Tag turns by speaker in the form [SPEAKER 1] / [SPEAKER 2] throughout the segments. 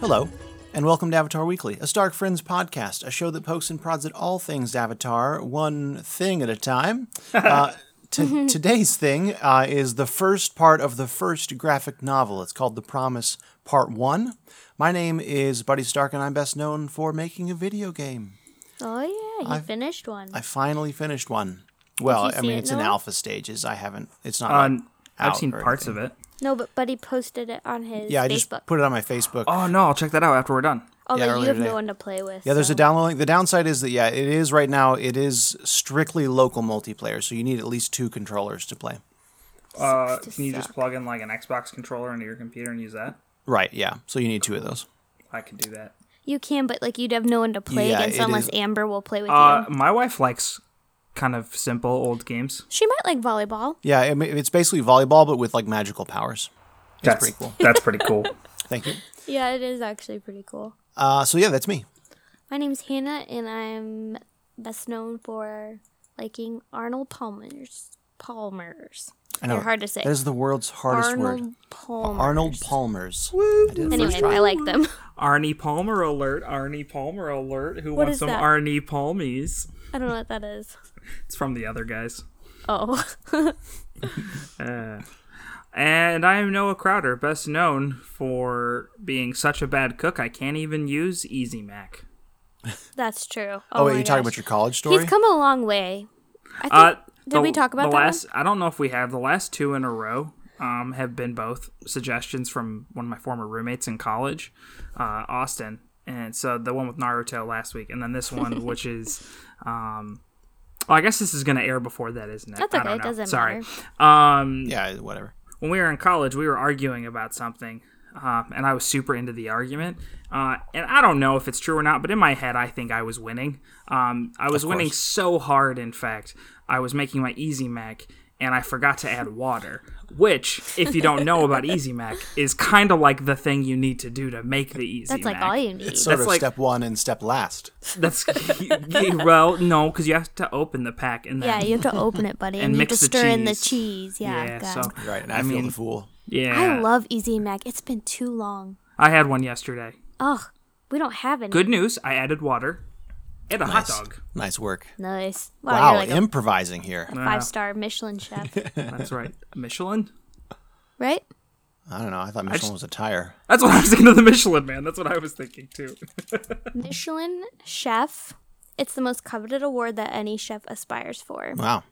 [SPEAKER 1] Hello, and welcome to Avatar Weekly, a Stark Friends podcast, a show that pokes and prods at all things Avatar, one thing at a time. Uh, to, today's thing uh, is the first part of the first graphic novel. It's called The Promise Part 1. My name is Buddy Stark, and I'm best known for making a video game.
[SPEAKER 2] Oh yeah, he finished one.
[SPEAKER 1] I finally finished one. Well,
[SPEAKER 2] you
[SPEAKER 1] I
[SPEAKER 2] see
[SPEAKER 1] mean,
[SPEAKER 2] it,
[SPEAKER 1] it's in
[SPEAKER 2] Noah?
[SPEAKER 1] alpha stages. I haven't, it's not.
[SPEAKER 3] On, I've
[SPEAKER 1] out
[SPEAKER 3] seen
[SPEAKER 1] or
[SPEAKER 3] parts of it.
[SPEAKER 2] no, but Buddy posted it on his
[SPEAKER 1] yeah, I just
[SPEAKER 2] Facebook.
[SPEAKER 1] put it on my Facebook.
[SPEAKER 3] Oh no, I'll check that out after we're done.
[SPEAKER 2] Although you
[SPEAKER 1] earlier
[SPEAKER 2] have
[SPEAKER 1] today.
[SPEAKER 2] no one to play with.
[SPEAKER 1] Yeah, there's a download link. The downside is that yeah, it is right now. It is strictly local multiplayer, so you need at least two controllers to play.
[SPEAKER 3] Uh,
[SPEAKER 2] to
[SPEAKER 3] can you just
[SPEAKER 2] suck.
[SPEAKER 3] plug in like an Xbox controller into your computer and use that?
[SPEAKER 1] Right. Yeah. So you need two of those.
[SPEAKER 3] I could do that.
[SPEAKER 2] You can, but like you'd have no one to play
[SPEAKER 1] Yeah,
[SPEAKER 2] against
[SPEAKER 1] it
[SPEAKER 2] unless
[SPEAKER 1] is-
[SPEAKER 2] Amber will play with
[SPEAKER 3] Uh,
[SPEAKER 2] you.
[SPEAKER 3] my wife likes kind of simple old games.
[SPEAKER 2] She might like volleyball.
[SPEAKER 1] Yeah, it, it's basically volleyball, but with like magical powers.
[SPEAKER 3] That's
[SPEAKER 1] pretty cool.
[SPEAKER 3] That's pretty cool.
[SPEAKER 1] Thank you.
[SPEAKER 2] Yeah, it is actually pretty cool.
[SPEAKER 1] Uh, so yeah, that's me.
[SPEAKER 2] My name's Hannah, and I'm best known for liking Arnold Palmer's. Palmer's.
[SPEAKER 1] I know
[SPEAKER 2] They're hard to say.
[SPEAKER 1] That is the world's hardest
[SPEAKER 2] Arnold
[SPEAKER 1] word.
[SPEAKER 2] Palmer.
[SPEAKER 1] Arnold Palmer's. I did it
[SPEAKER 2] Anyway,
[SPEAKER 1] first try.
[SPEAKER 2] I like them.
[SPEAKER 3] Arnie Palmer alert! Arnie Palmer alert! Who
[SPEAKER 2] What
[SPEAKER 3] wants
[SPEAKER 2] is
[SPEAKER 3] some
[SPEAKER 2] that?
[SPEAKER 3] Arnie Palmies?
[SPEAKER 2] I don't know what that is.
[SPEAKER 3] It's from the other guys.
[SPEAKER 2] Oh,
[SPEAKER 3] Uh, and I am Noah Crowder, best known for being such a bad cook I can't even use Easy Mac.
[SPEAKER 2] that's true.
[SPEAKER 1] Oh, wait,
[SPEAKER 2] my
[SPEAKER 1] you're talking
[SPEAKER 2] gosh.
[SPEAKER 1] about your college story?
[SPEAKER 2] He's come a long way. I think,
[SPEAKER 3] Uh,
[SPEAKER 2] did we talk about
[SPEAKER 3] the
[SPEAKER 2] that one?
[SPEAKER 3] last? I don't know if we have the last two in a row. Um, have been both suggestions from one of my former roommates in college, uh, Austin, and so the one with Naruto last week, and then this one, which is, um, oh, I guess this is gonna air before that, isn't it?
[SPEAKER 2] That's
[SPEAKER 3] I don't
[SPEAKER 2] okay, it
[SPEAKER 3] know.
[SPEAKER 2] doesn't
[SPEAKER 3] Sorry. Um,
[SPEAKER 1] yeah, whatever.
[SPEAKER 3] when we were in college, we were arguing about something, um, and I was super into the argument. Uh, and I don't know if it's true or not, but in my head, I think I was winning. Um, I was winning so hard, in fact, I was making my Easy Mac, and I forgot to add water. Which, if you don't know about Easy Mac, is kind of like the thing you need to do to make the Easy
[SPEAKER 2] That's like
[SPEAKER 3] Mac.
[SPEAKER 2] all you need.
[SPEAKER 1] It's sort
[SPEAKER 3] That's
[SPEAKER 1] of
[SPEAKER 3] like-
[SPEAKER 1] step one and step last.
[SPEAKER 3] That's well, no, because you have to open the pack and then
[SPEAKER 2] Yeah, you have to open it, buddy, and, you have
[SPEAKER 3] mix
[SPEAKER 2] to
[SPEAKER 3] the
[SPEAKER 2] stir in the
[SPEAKER 3] cheese.
[SPEAKER 2] cheese. Yeah,
[SPEAKER 3] Yeah,
[SPEAKER 2] God.
[SPEAKER 3] so
[SPEAKER 1] Right, and I, feel the fool.
[SPEAKER 3] yeah,
[SPEAKER 2] I love Easy Mac. It's been too long.
[SPEAKER 3] I had one yesterday.
[SPEAKER 2] Ugh, we don't have any.
[SPEAKER 3] Good news, I added water and a hot
[SPEAKER 1] Nice.
[SPEAKER 3] dog.
[SPEAKER 1] Nice work.
[SPEAKER 2] Nice. Wow,
[SPEAKER 1] Wow,
[SPEAKER 2] you're like a
[SPEAKER 1] improvising here.
[SPEAKER 2] five star Michelin chef,
[SPEAKER 3] That's right. Michelin?
[SPEAKER 2] right?
[SPEAKER 1] I don't know. I thought Michelin was a tire.
[SPEAKER 3] That's what I was thinking of the Michelin man. That's what I was thinking too.
[SPEAKER 2] Michelin chef. It's the most coveted award that any chef aspires for.
[SPEAKER 1] Wow.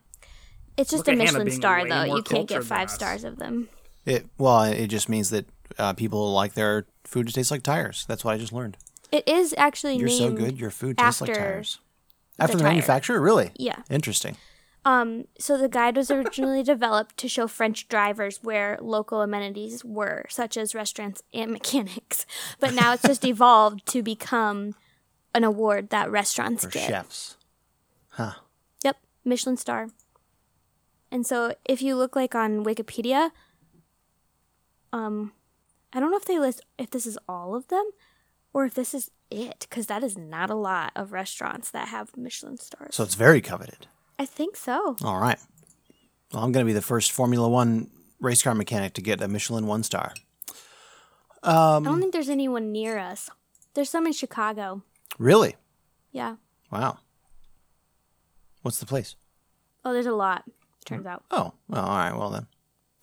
[SPEAKER 2] It's just
[SPEAKER 3] Look
[SPEAKER 2] a
[SPEAKER 3] at Hannah
[SPEAKER 2] Michelin
[SPEAKER 3] being
[SPEAKER 2] star,
[SPEAKER 3] way
[SPEAKER 2] though.
[SPEAKER 3] more
[SPEAKER 2] You can't
[SPEAKER 3] cultured
[SPEAKER 2] get
[SPEAKER 3] than
[SPEAKER 2] five
[SPEAKER 3] us.
[SPEAKER 2] stars of them.
[SPEAKER 1] It well, it just means that uh, people like their food to taste like tires. That's what I just learned.
[SPEAKER 2] It is actually
[SPEAKER 1] You're
[SPEAKER 2] named
[SPEAKER 1] so good, your food tastes like
[SPEAKER 2] after
[SPEAKER 1] tires. After the,
[SPEAKER 2] tire.
[SPEAKER 1] manufacturer, really?
[SPEAKER 2] Yeah.
[SPEAKER 1] Interesting.
[SPEAKER 2] Um, so the guide was originally developed to show French drivers where local amenities were, such as restaurants and mechanics. But now it's just evolved to become an award that restaurants
[SPEAKER 1] For
[SPEAKER 2] get.
[SPEAKER 1] chefs.
[SPEAKER 2] Yep, Michelin star. And so if you look like on Wikipedia, um, I don't know if they list if this is all of them or if this is it, because that is not a lot of restaurants that have Michelin stars.
[SPEAKER 1] So it's very coveted.
[SPEAKER 2] I think so.
[SPEAKER 1] All right. Well, I'm going to be the first Formula One race car mechanic to get a Michelin one star.
[SPEAKER 2] I don't think there's anyone near us. There's some in Chicago.
[SPEAKER 1] Really?
[SPEAKER 2] Yeah.
[SPEAKER 1] Wow. What's the place?
[SPEAKER 2] Oh, there's a lot. Turns out,
[SPEAKER 1] Oh, well, all right. Well, then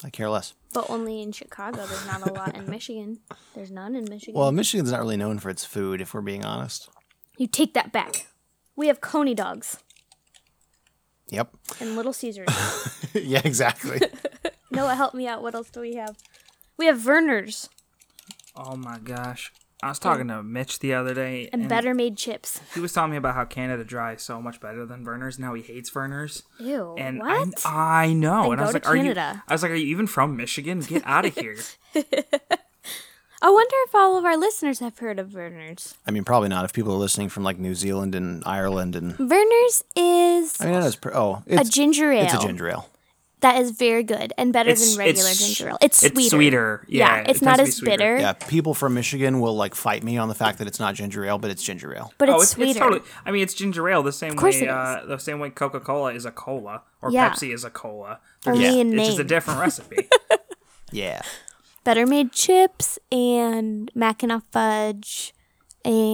[SPEAKER 1] I care less.
[SPEAKER 2] but only in Chicago. There's not a lot in Michigan. There's none in Michigan.
[SPEAKER 1] Well, Michigan's not really known for its food, if we're being honest.
[SPEAKER 2] you take that back. We have Coney dogs
[SPEAKER 1] Yep.
[SPEAKER 2] and Little Caesars.
[SPEAKER 1] yeah, exactly.
[SPEAKER 2] Noah, help me out. What else do we have? We have Verner's
[SPEAKER 3] Oh my gosh. I was talking to Mitch the other day
[SPEAKER 2] and Better Made Chips.
[SPEAKER 3] he was telling me about how Canada Dry is so much better than Verner's and how he hates Verner's.
[SPEAKER 2] Ew.
[SPEAKER 3] And
[SPEAKER 2] what?
[SPEAKER 3] I, I know.
[SPEAKER 2] Then
[SPEAKER 3] and
[SPEAKER 2] go
[SPEAKER 3] I was
[SPEAKER 2] to
[SPEAKER 3] like, are you
[SPEAKER 2] Canada.
[SPEAKER 3] I was like, are you even from Michigan? Get out of here.
[SPEAKER 2] I wonder if all of our listeners have heard of Verner's.
[SPEAKER 1] I mean, probably not if people are listening from like New Zealand and Ireland and
[SPEAKER 2] Verner's is
[SPEAKER 1] I mean, that is pr- oh,
[SPEAKER 2] a
[SPEAKER 1] it's
[SPEAKER 2] ginger ale.
[SPEAKER 1] it's a ginger ale.
[SPEAKER 2] That is very good and better
[SPEAKER 3] It's-
[SPEAKER 2] than regular
[SPEAKER 3] it's-
[SPEAKER 2] ginger ale. It's sweeter.
[SPEAKER 3] it's sweeter. Yeah, it
[SPEAKER 2] it's
[SPEAKER 3] tends
[SPEAKER 2] not
[SPEAKER 3] to be
[SPEAKER 2] as
[SPEAKER 3] sweeter.
[SPEAKER 2] bitter,
[SPEAKER 1] Yeah, people from Michigan will like fight me on the fact that it's not ginger ale, but it's ginger ale.
[SPEAKER 2] but it's,
[SPEAKER 3] oh, it's,
[SPEAKER 2] sweeter.
[SPEAKER 3] it's totally. I mean, it's ginger ale the same
[SPEAKER 2] course it
[SPEAKER 3] way.
[SPEAKER 2] is.
[SPEAKER 3] Uh, the same way Coca Cola is a cola or
[SPEAKER 2] Yeah.
[SPEAKER 3] Pepsi is a cola.
[SPEAKER 2] Only
[SPEAKER 1] Yeah.
[SPEAKER 2] in
[SPEAKER 3] It's
[SPEAKER 2] Maine.
[SPEAKER 3] just a different recipe.
[SPEAKER 1] Yeah.
[SPEAKER 2] Better made chips and Mackinac fudge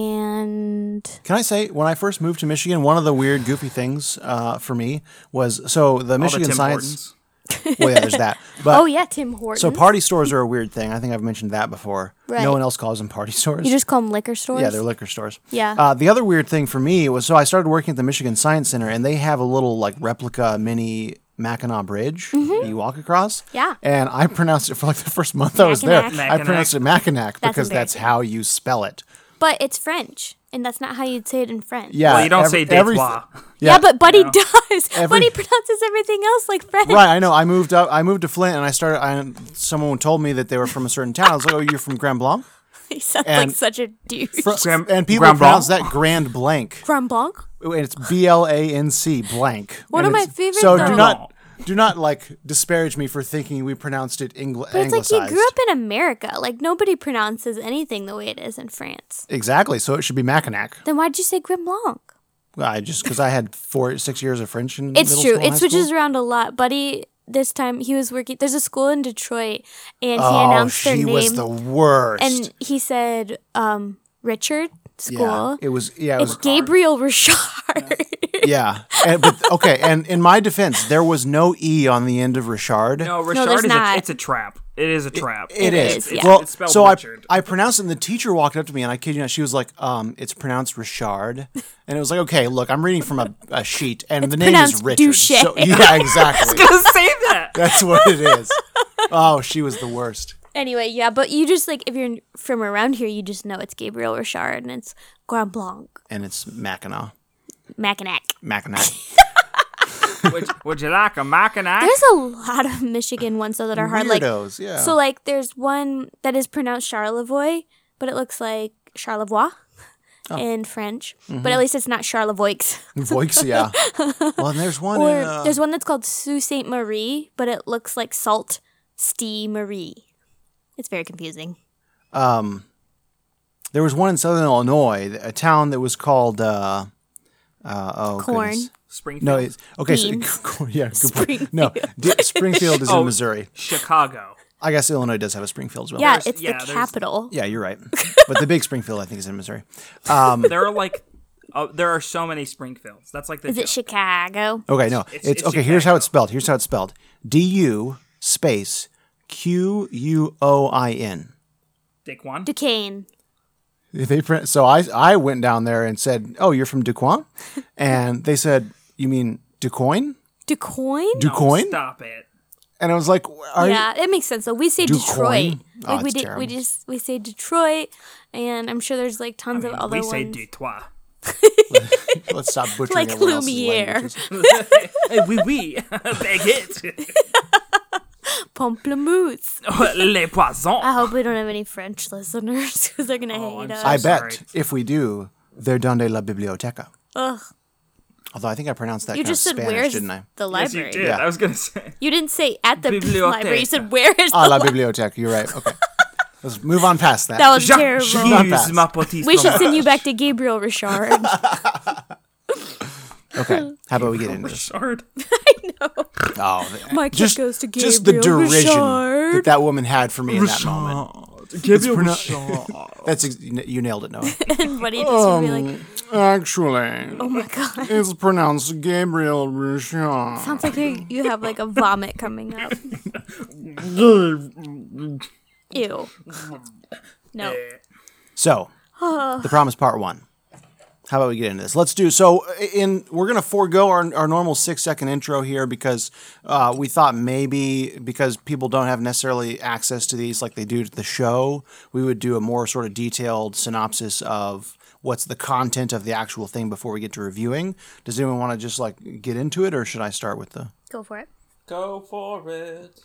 [SPEAKER 2] and
[SPEAKER 1] Can I say, when I first moved to Michigan, one of the weird, goofy things uh, for me was so the Michigan
[SPEAKER 3] Tim
[SPEAKER 1] Science.
[SPEAKER 3] Hortons.
[SPEAKER 1] Well, yeah, there's that. But
[SPEAKER 2] oh yeah, Tim Hortons.
[SPEAKER 1] so party stores are a weird thing. I think I've mentioned that before.
[SPEAKER 2] Right.
[SPEAKER 1] No one else calls them party stores.
[SPEAKER 2] you just call them liquor stores.
[SPEAKER 1] yeah, they're liquor stores.
[SPEAKER 2] Yeah.
[SPEAKER 1] Uh, the other weird thing for me was so I started working at the Michigan Science Center, and they have a little like replica mini Mackinac Bridge that you walk across.
[SPEAKER 2] Mm-hmm. Yeah.
[SPEAKER 1] And I pronounced it for like the first month I was there.
[SPEAKER 2] Mackinac.
[SPEAKER 1] I pronounced it Mackinac
[SPEAKER 2] That's
[SPEAKER 1] because that's
[SPEAKER 2] embarrassing.
[SPEAKER 1] how you spell it.
[SPEAKER 2] but it's French, and that's not how you'd say it in French.
[SPEAKER 1] Yeah.
[SPEAKER 3] Well, you don't
[SPEAKER 1] ev-
[SPEAKER 3] say
[SPEAKER 1] everyth-
[SPEAKER 3] Detroit.
[SPEAKER 2] Yeah, but Buddy
[SPEAKER 3] know.
[SPEAKER 2] does. Buddy pronounces everything else like French.
[SPEAKER 1] Right, I know. I moved up. I moved to Flint, and I started. I, someone told me that they were from a certain town. I was like, "Oh, you're from Grand Blanc,"
[SPEAKER 2] He sounds like
[SPEAKER 1] And-
[SPEAKER 2] such a douche.
[SPEAKER 1] Fr-
[SPEAKER 3] Grand-
[SPEAKER 1] and people
[SPEAKER 3] Grand Blanc?
[SPEAKER 1] pronounce that Grand Blanc.
[SPEAKER 2] Grand Blanc.
[SPEAKER 1] And It's B L A N C blank.
[SPEAKER 2] One
[SPEAKER 1] And
[SPEAKER 2] of my
[SPEAKER 1] it's-
[SPEAKER 2] favorite
[SPEAKER 1] So
[SPEAKER 2] though.
[SPEAKER 1] do not do not like disparage me for thinking we pronounced it Engl-
[SPEAKER 2] But it's like you
[SPEAKER 1] anglicized.
[SPEAKER 2] grew up in America. Like nobody pronounces anything the way it is in France.
[SPEAKER 1] exactly. So it should be Mackinac.
[SPEAKER 2] Then why'd you say Grand Blanc?
[SPEAKER 1] Well, I just because I had four six years of French in
[SPEAKER 2] It's
[SPEAKER 1] middle
[SPEAKER 2] true.
[SPEAKER 1] school and
[SPEAKER 2] It
[SPEAKER 1] high
[SPEAKER 2] switches
[SPEAKER 1] school.
[SPEAKER 2] around a lot. Buddy, this time he was working. There's a school in Detroit, and he
[SPEAKER 1] Oh,
[SPEAKER 2] announced
[SPEAKER 1] she
[SPEAKER 2] their name,
[SPEAKER 1] was the worst.
[SPEAKER 2] and he said, um, "Richard School."
[SPEAKER 1] yeah, it was. Yeah, it
[SPEAKER 2] it's
[SPEAKER 1] was.
[SPEAKER 2] Gabriel Richard.
[SPEAKER 1] yeah, and, but okay. And in my defense, there was no e on the end of Richard.
[SPEAKER 3] No, Richard
[SPEAKER 2] there's
[SPEAKER 3] is a,
[SPEAKER 2] not.
[SPEAKER 3] it's a trap. It is a trap.
[SPEAKER 1] It
[SPEAKER 2] It
[SPEAKER 1] is.
[SPEAKER 2] is, yeah.
[SPEAKER 1] Well,
[SPEAKER 3] It's spelled
[SPEAKER 1] so
[SPEAKER 3] Richard.
[SPEAKER 1] I, I pronounced it, and the teacher walked up to me, and I kid you not, she was like, um, it's pronounced Richard. And it was like, okay, look, I'm reading from a, a sheet, and the name is
[SPEAKER 2] pronounced
[SPEAKER 1] Richard.
[SPEAKER 2] Duché.
[SPEAKER 1] So, yeah, exactly.
[SPEAKER 3] gonna say that.
[SPEAKER 1] That's what it is. Oh, she was the worst.
[SPEAKER 2] anyway, yeah, but you just like if you're from around here, you just know it's Gabriel Richard, and it's Grand Blanc,
[SPEAKER 1] And it's Mackinac.
[SPEAKER 2] Mackinac.
[SPEAKER 1] Mackinac.
[SPEAKER 3] would, would you like a Mackinac?
[SPEAKER 2] There's a lot of Michigan ones though that are hard. Like
[SPEAKER 1] Weirdos, yeah.
[SPEAKER 2] So like there's one that is pronounced Charlevoix, but it looks like Charlevoix
[SPEAKER 1] Oh.
[SPEAKER 2] in French.
[SPEAKER 1] Mm-hmm.
[SPEAKER 2] But at least it's not Charlevoix.
[SPEAKER 1] Voix, yeah. Well, and there's one
[SPEAKER 2] Or
[SPEAKER 1] in, uh,
[SPEAKER 2] there's one that's called Sault Ste. Marie, but it looks like Salt Ste. Marie. It's very confusing.
[SPEAKER 1] there was one in southern Illinois, a town that was called, uh, uh, oh,
[SPEAKER 2] Corn.
[SPEAKER 1] goodness.
[SPEAKER 3] Springfield.
[SPEAKER 1] No, it's, okay, so,
[SPEAKER 2] Beans.
[SPEAKER 1] yeah, good point. No, D- Springfield is
[SPEAKER 3] Oh.
[SPEAKER 1] in Missouri.
[SPEAKER 3] Chicago.
[SPEAKER 1] I guess Illinois does have a Springfield as well.
[SPEAKER 2] Yeah,
[SPEAKER 3] there's-
[SPEAKER 2] it's
[SPEAKER 3] yeah,
[SPEAKER 2] the
[SPEAKER 3] there's-
[SPEAKER 2] capital.
[SPEAKER 1] Yeah, you're right. But the big Springfield, I think, is in Missouri. Um,
[SPEAKER 3] There are like, uh, there are so many Springfields. That's like the.
[SPEAKER 2] Is it Chicago?
[SPEAKER 1] okay, no, it's,
[SPEAKER 3] it's
[SPEAKER 1] okay. Here's how it's spelled. Here's how it's spelled: D U space Q U O I N.
[SPEAKER 3] Dick one?
[SPEAKER 2] Duquesne.
[SPEAKER 1] They print. So I I went down there and said, "Oh, you're from Duquoin," and they said, "You mean Ducoin?"
[SPEAKER 2] Duquesne?
[SPEAKER 1] Ducoin?
[SPEAKER 3] Stop it.
[SPEAKER 1] and I was like, "Are you-
[SPEAKER 2] yeah, it makes sense though. We say Detroit.
[SPEAKER 1] Duquesne? Oh,
[SPEAKER 2] Like we
[SPEAKER 1] it's
[SPEAKER 2] did, we
[SPEAKER 1] terrible.
[SPEAKER 2] just we say Detroit and I'm sure there's like tons of other
[SPEAKER 3] we
[SPEAKER 2] ones.
[SPEAKER 3] say Dutois.
[SPEAKER 1] let's stop butchering
[SPEAKER 2] Like
[SPEAKER 1] everyone else's
[SPEAKER 2] Lumiere.
[SPEAKER 1] languages.
[SPEAKER 3] hey, Eh, oui, oui. Baguette.
[SPEAKER 2] Pamplemousse.
[SPEAKER 3] Les poissons.
[SPEAKER 2] I hope we don't have any French listeners because they're gonna hate
[SPEAKER 3] I'm
[SPEAKER 2] us.
[SPEAKER 1] I
[SPEAKER 3] sorry.
[SPEAKER 1] bet if we do, they're donde la biblioteca.
[SPEAKER 2] Ugh,
[SPEAKER 1] Although I think I pronounced that
[SPEAKER 2] you
[SPEAKER 1] kind
[SPEAKER 2] just
[SPEAKER 1] of
[SPEAKER 2] said
[SPEAKER 1] Spanish,
[SPEAKER 2] where's
[SPEAKER 1] didn't I?
[SPEAKER 2] the
[SPEAKER 3] Yes,
[SPEAKER 2] library?
[SPEAKER 3] you did.
[SPEAKER 1] Yeah.
[SPEAKER 3] I was going to say.
[SPEAKER 2] You didn't say at the
[SPEAKER 3] Biblioteca.
[SPEAKER 2] library. You said where is the
[SPEAKER 1] Ah, la
[SPEAKER 2] library?
[SPEAKER 1] biblioteca. You're right. Okay, let's move on past that.
[SPEAKER 2] That was
[SPEAKER 3] Jacques,
[SPEAKER 2] terrible.
[SPEAKER 1] Not
[SPEAKER 3] j'use ma
[SPEAKER 1] bad.
[SPEAKER 3] petite
[SPEAKER 2] we should send you back to Gabriel Richard.
[SPEAKER 1] okay, how about we get into this?
[SPEAKER 3] Richard.
[SPEAKER 1] Oh, the-
[SPEAKER 2] My kid
[SPEAKER 1] just,
[SPEAKER 2] goes to Gabriel
[SPEAKER 1] just the derision
[SPEAKER 2] Richard.
[SPEAKER 1] that that woman had for me in that moment.
[SPEAKER 3] Gabriel
[SPEAKER 1] pronou-
[SPEAKER 3] Richard.
[SPEAKER 1] That's ex- you kn- you nailed it, Noah.
[SPEAKER 2] and Buddy just would be like,
[SPEAKER 1] Actually,
[SPEAKER 2] oh my Oh god.
[SPEAKER 1] it's pronounced Gabriel Richard.
[SPEAKER 2] Sounds like you you have like a vomit coming up. Ew. No.
[SPEAKER 1] So, the promise part one. How about we get into this? Let's do so. In we're gonna forego our, our normal six second intro here because uh, we thought maybe because people don't have necessarily access to these like they do to the show, we would do a more sort of detailed synopsis of what's the content of the actual thing before we get to reviewing. Does anyone want to just like get into it, or should I start with the?
[SPEAKER 2] Go for it.
[SPEAKER 3] Go for it.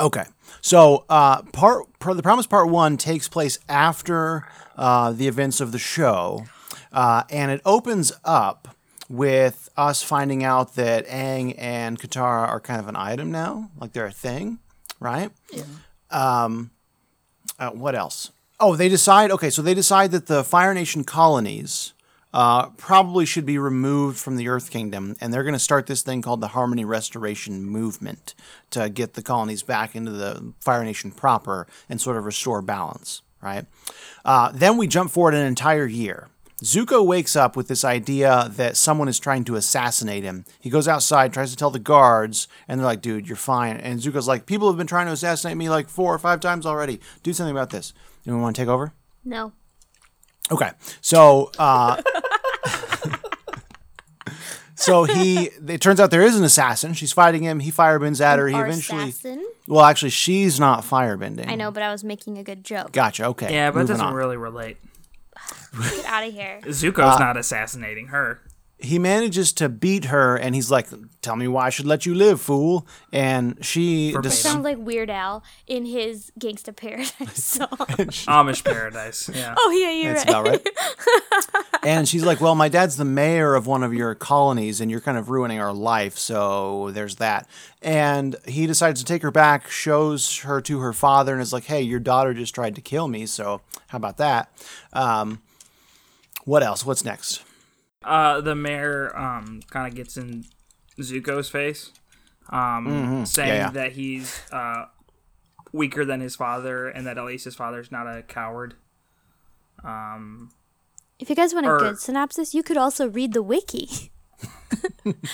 [SPEAKER 1] Okay, so uh, part pro, the promise part one takes place after uh, the events of the show, uh, and it opens up with us finding out that Aang and Katara are kind of an item now, like they're a thing, right? Um, Uh, what else? Oh, they decide. Okay, so they decide that the Fire Nation colonies uh, probably should be removed from the Earth Kingdom, and they're going to start this thing called the Harmony Restoration Movement to get the colonies back into the Fire Nation proper and sort of restore balance, right? Uh, then we jump forward an entire year. Zuko wakes up with this idea that someone is trying to assassinate him. He goes outside, tries to tell the guards, and they're like, dude, you're fine. And Zuko's like, people have been trying to assassinate me like four or five times already. Do something about this. Anyone want to take over?
[SPEAKER 2] No.
[SPEAKER 1] Okay. So, uh, so he, it turns out there is an assassin. She's fighting him. He firebends at her. He
[SPEAKER 2] Our
[SPEAKER 1] eventually,
[SPEAKER 2] assassin?
[SPEAKER 1] well, actually, she's not firebending.
[SPEAKER 2] I know, but I was making a good joke.
[SPEAKER 1] Gotcha. Okay.
[SPEAKER 3] Yeah, but it
[SPEAKER 1] moving
[SPEAKER 3] doesn't
[SPEAKER 1] on.
[SPEAKER 3] really relate.
[SPEAKER 2] Get out of here.
[SPEAKER 3] Zuko's
[SPEAKER 1] Uh,
[SPEAKER 3] not assassinating her.
[SPEAKER 1] he manages to beat her and he's like tell me why i should let you live fool and she just
[SPEAKER 2] Sounds like Weird Al in his Gangsta Paradise song.
[SPEAKER 3] Amish paradise. Yeah.
[SPEAKER 2] oh yeah, you're
[SPEAKER 1] that's
[SPEAKER 2] right.
[SPEAKER 1] about right and she's like well my dad's the mayor of one of your colonies and you're kind of ruining our life so there's that and he decides to take her back shows her to her father and is like hey your daughter just tried to kill me so how about that um, what else what's next
[SPEAKER 3] Uh, the mayor um, kind of gets in Zuko's face, um, saying
[SPEAKER 1] Mm-hmm. Yeah, yeah.
[SPEAKER 3] that he's uh, weaker than his father and that at least his father's not a coward.
[SPEAKER 2] If you guys want a
[SPEAKER 3] Or-
[SPEAKER 2] good synopsis, you could also read the wiki.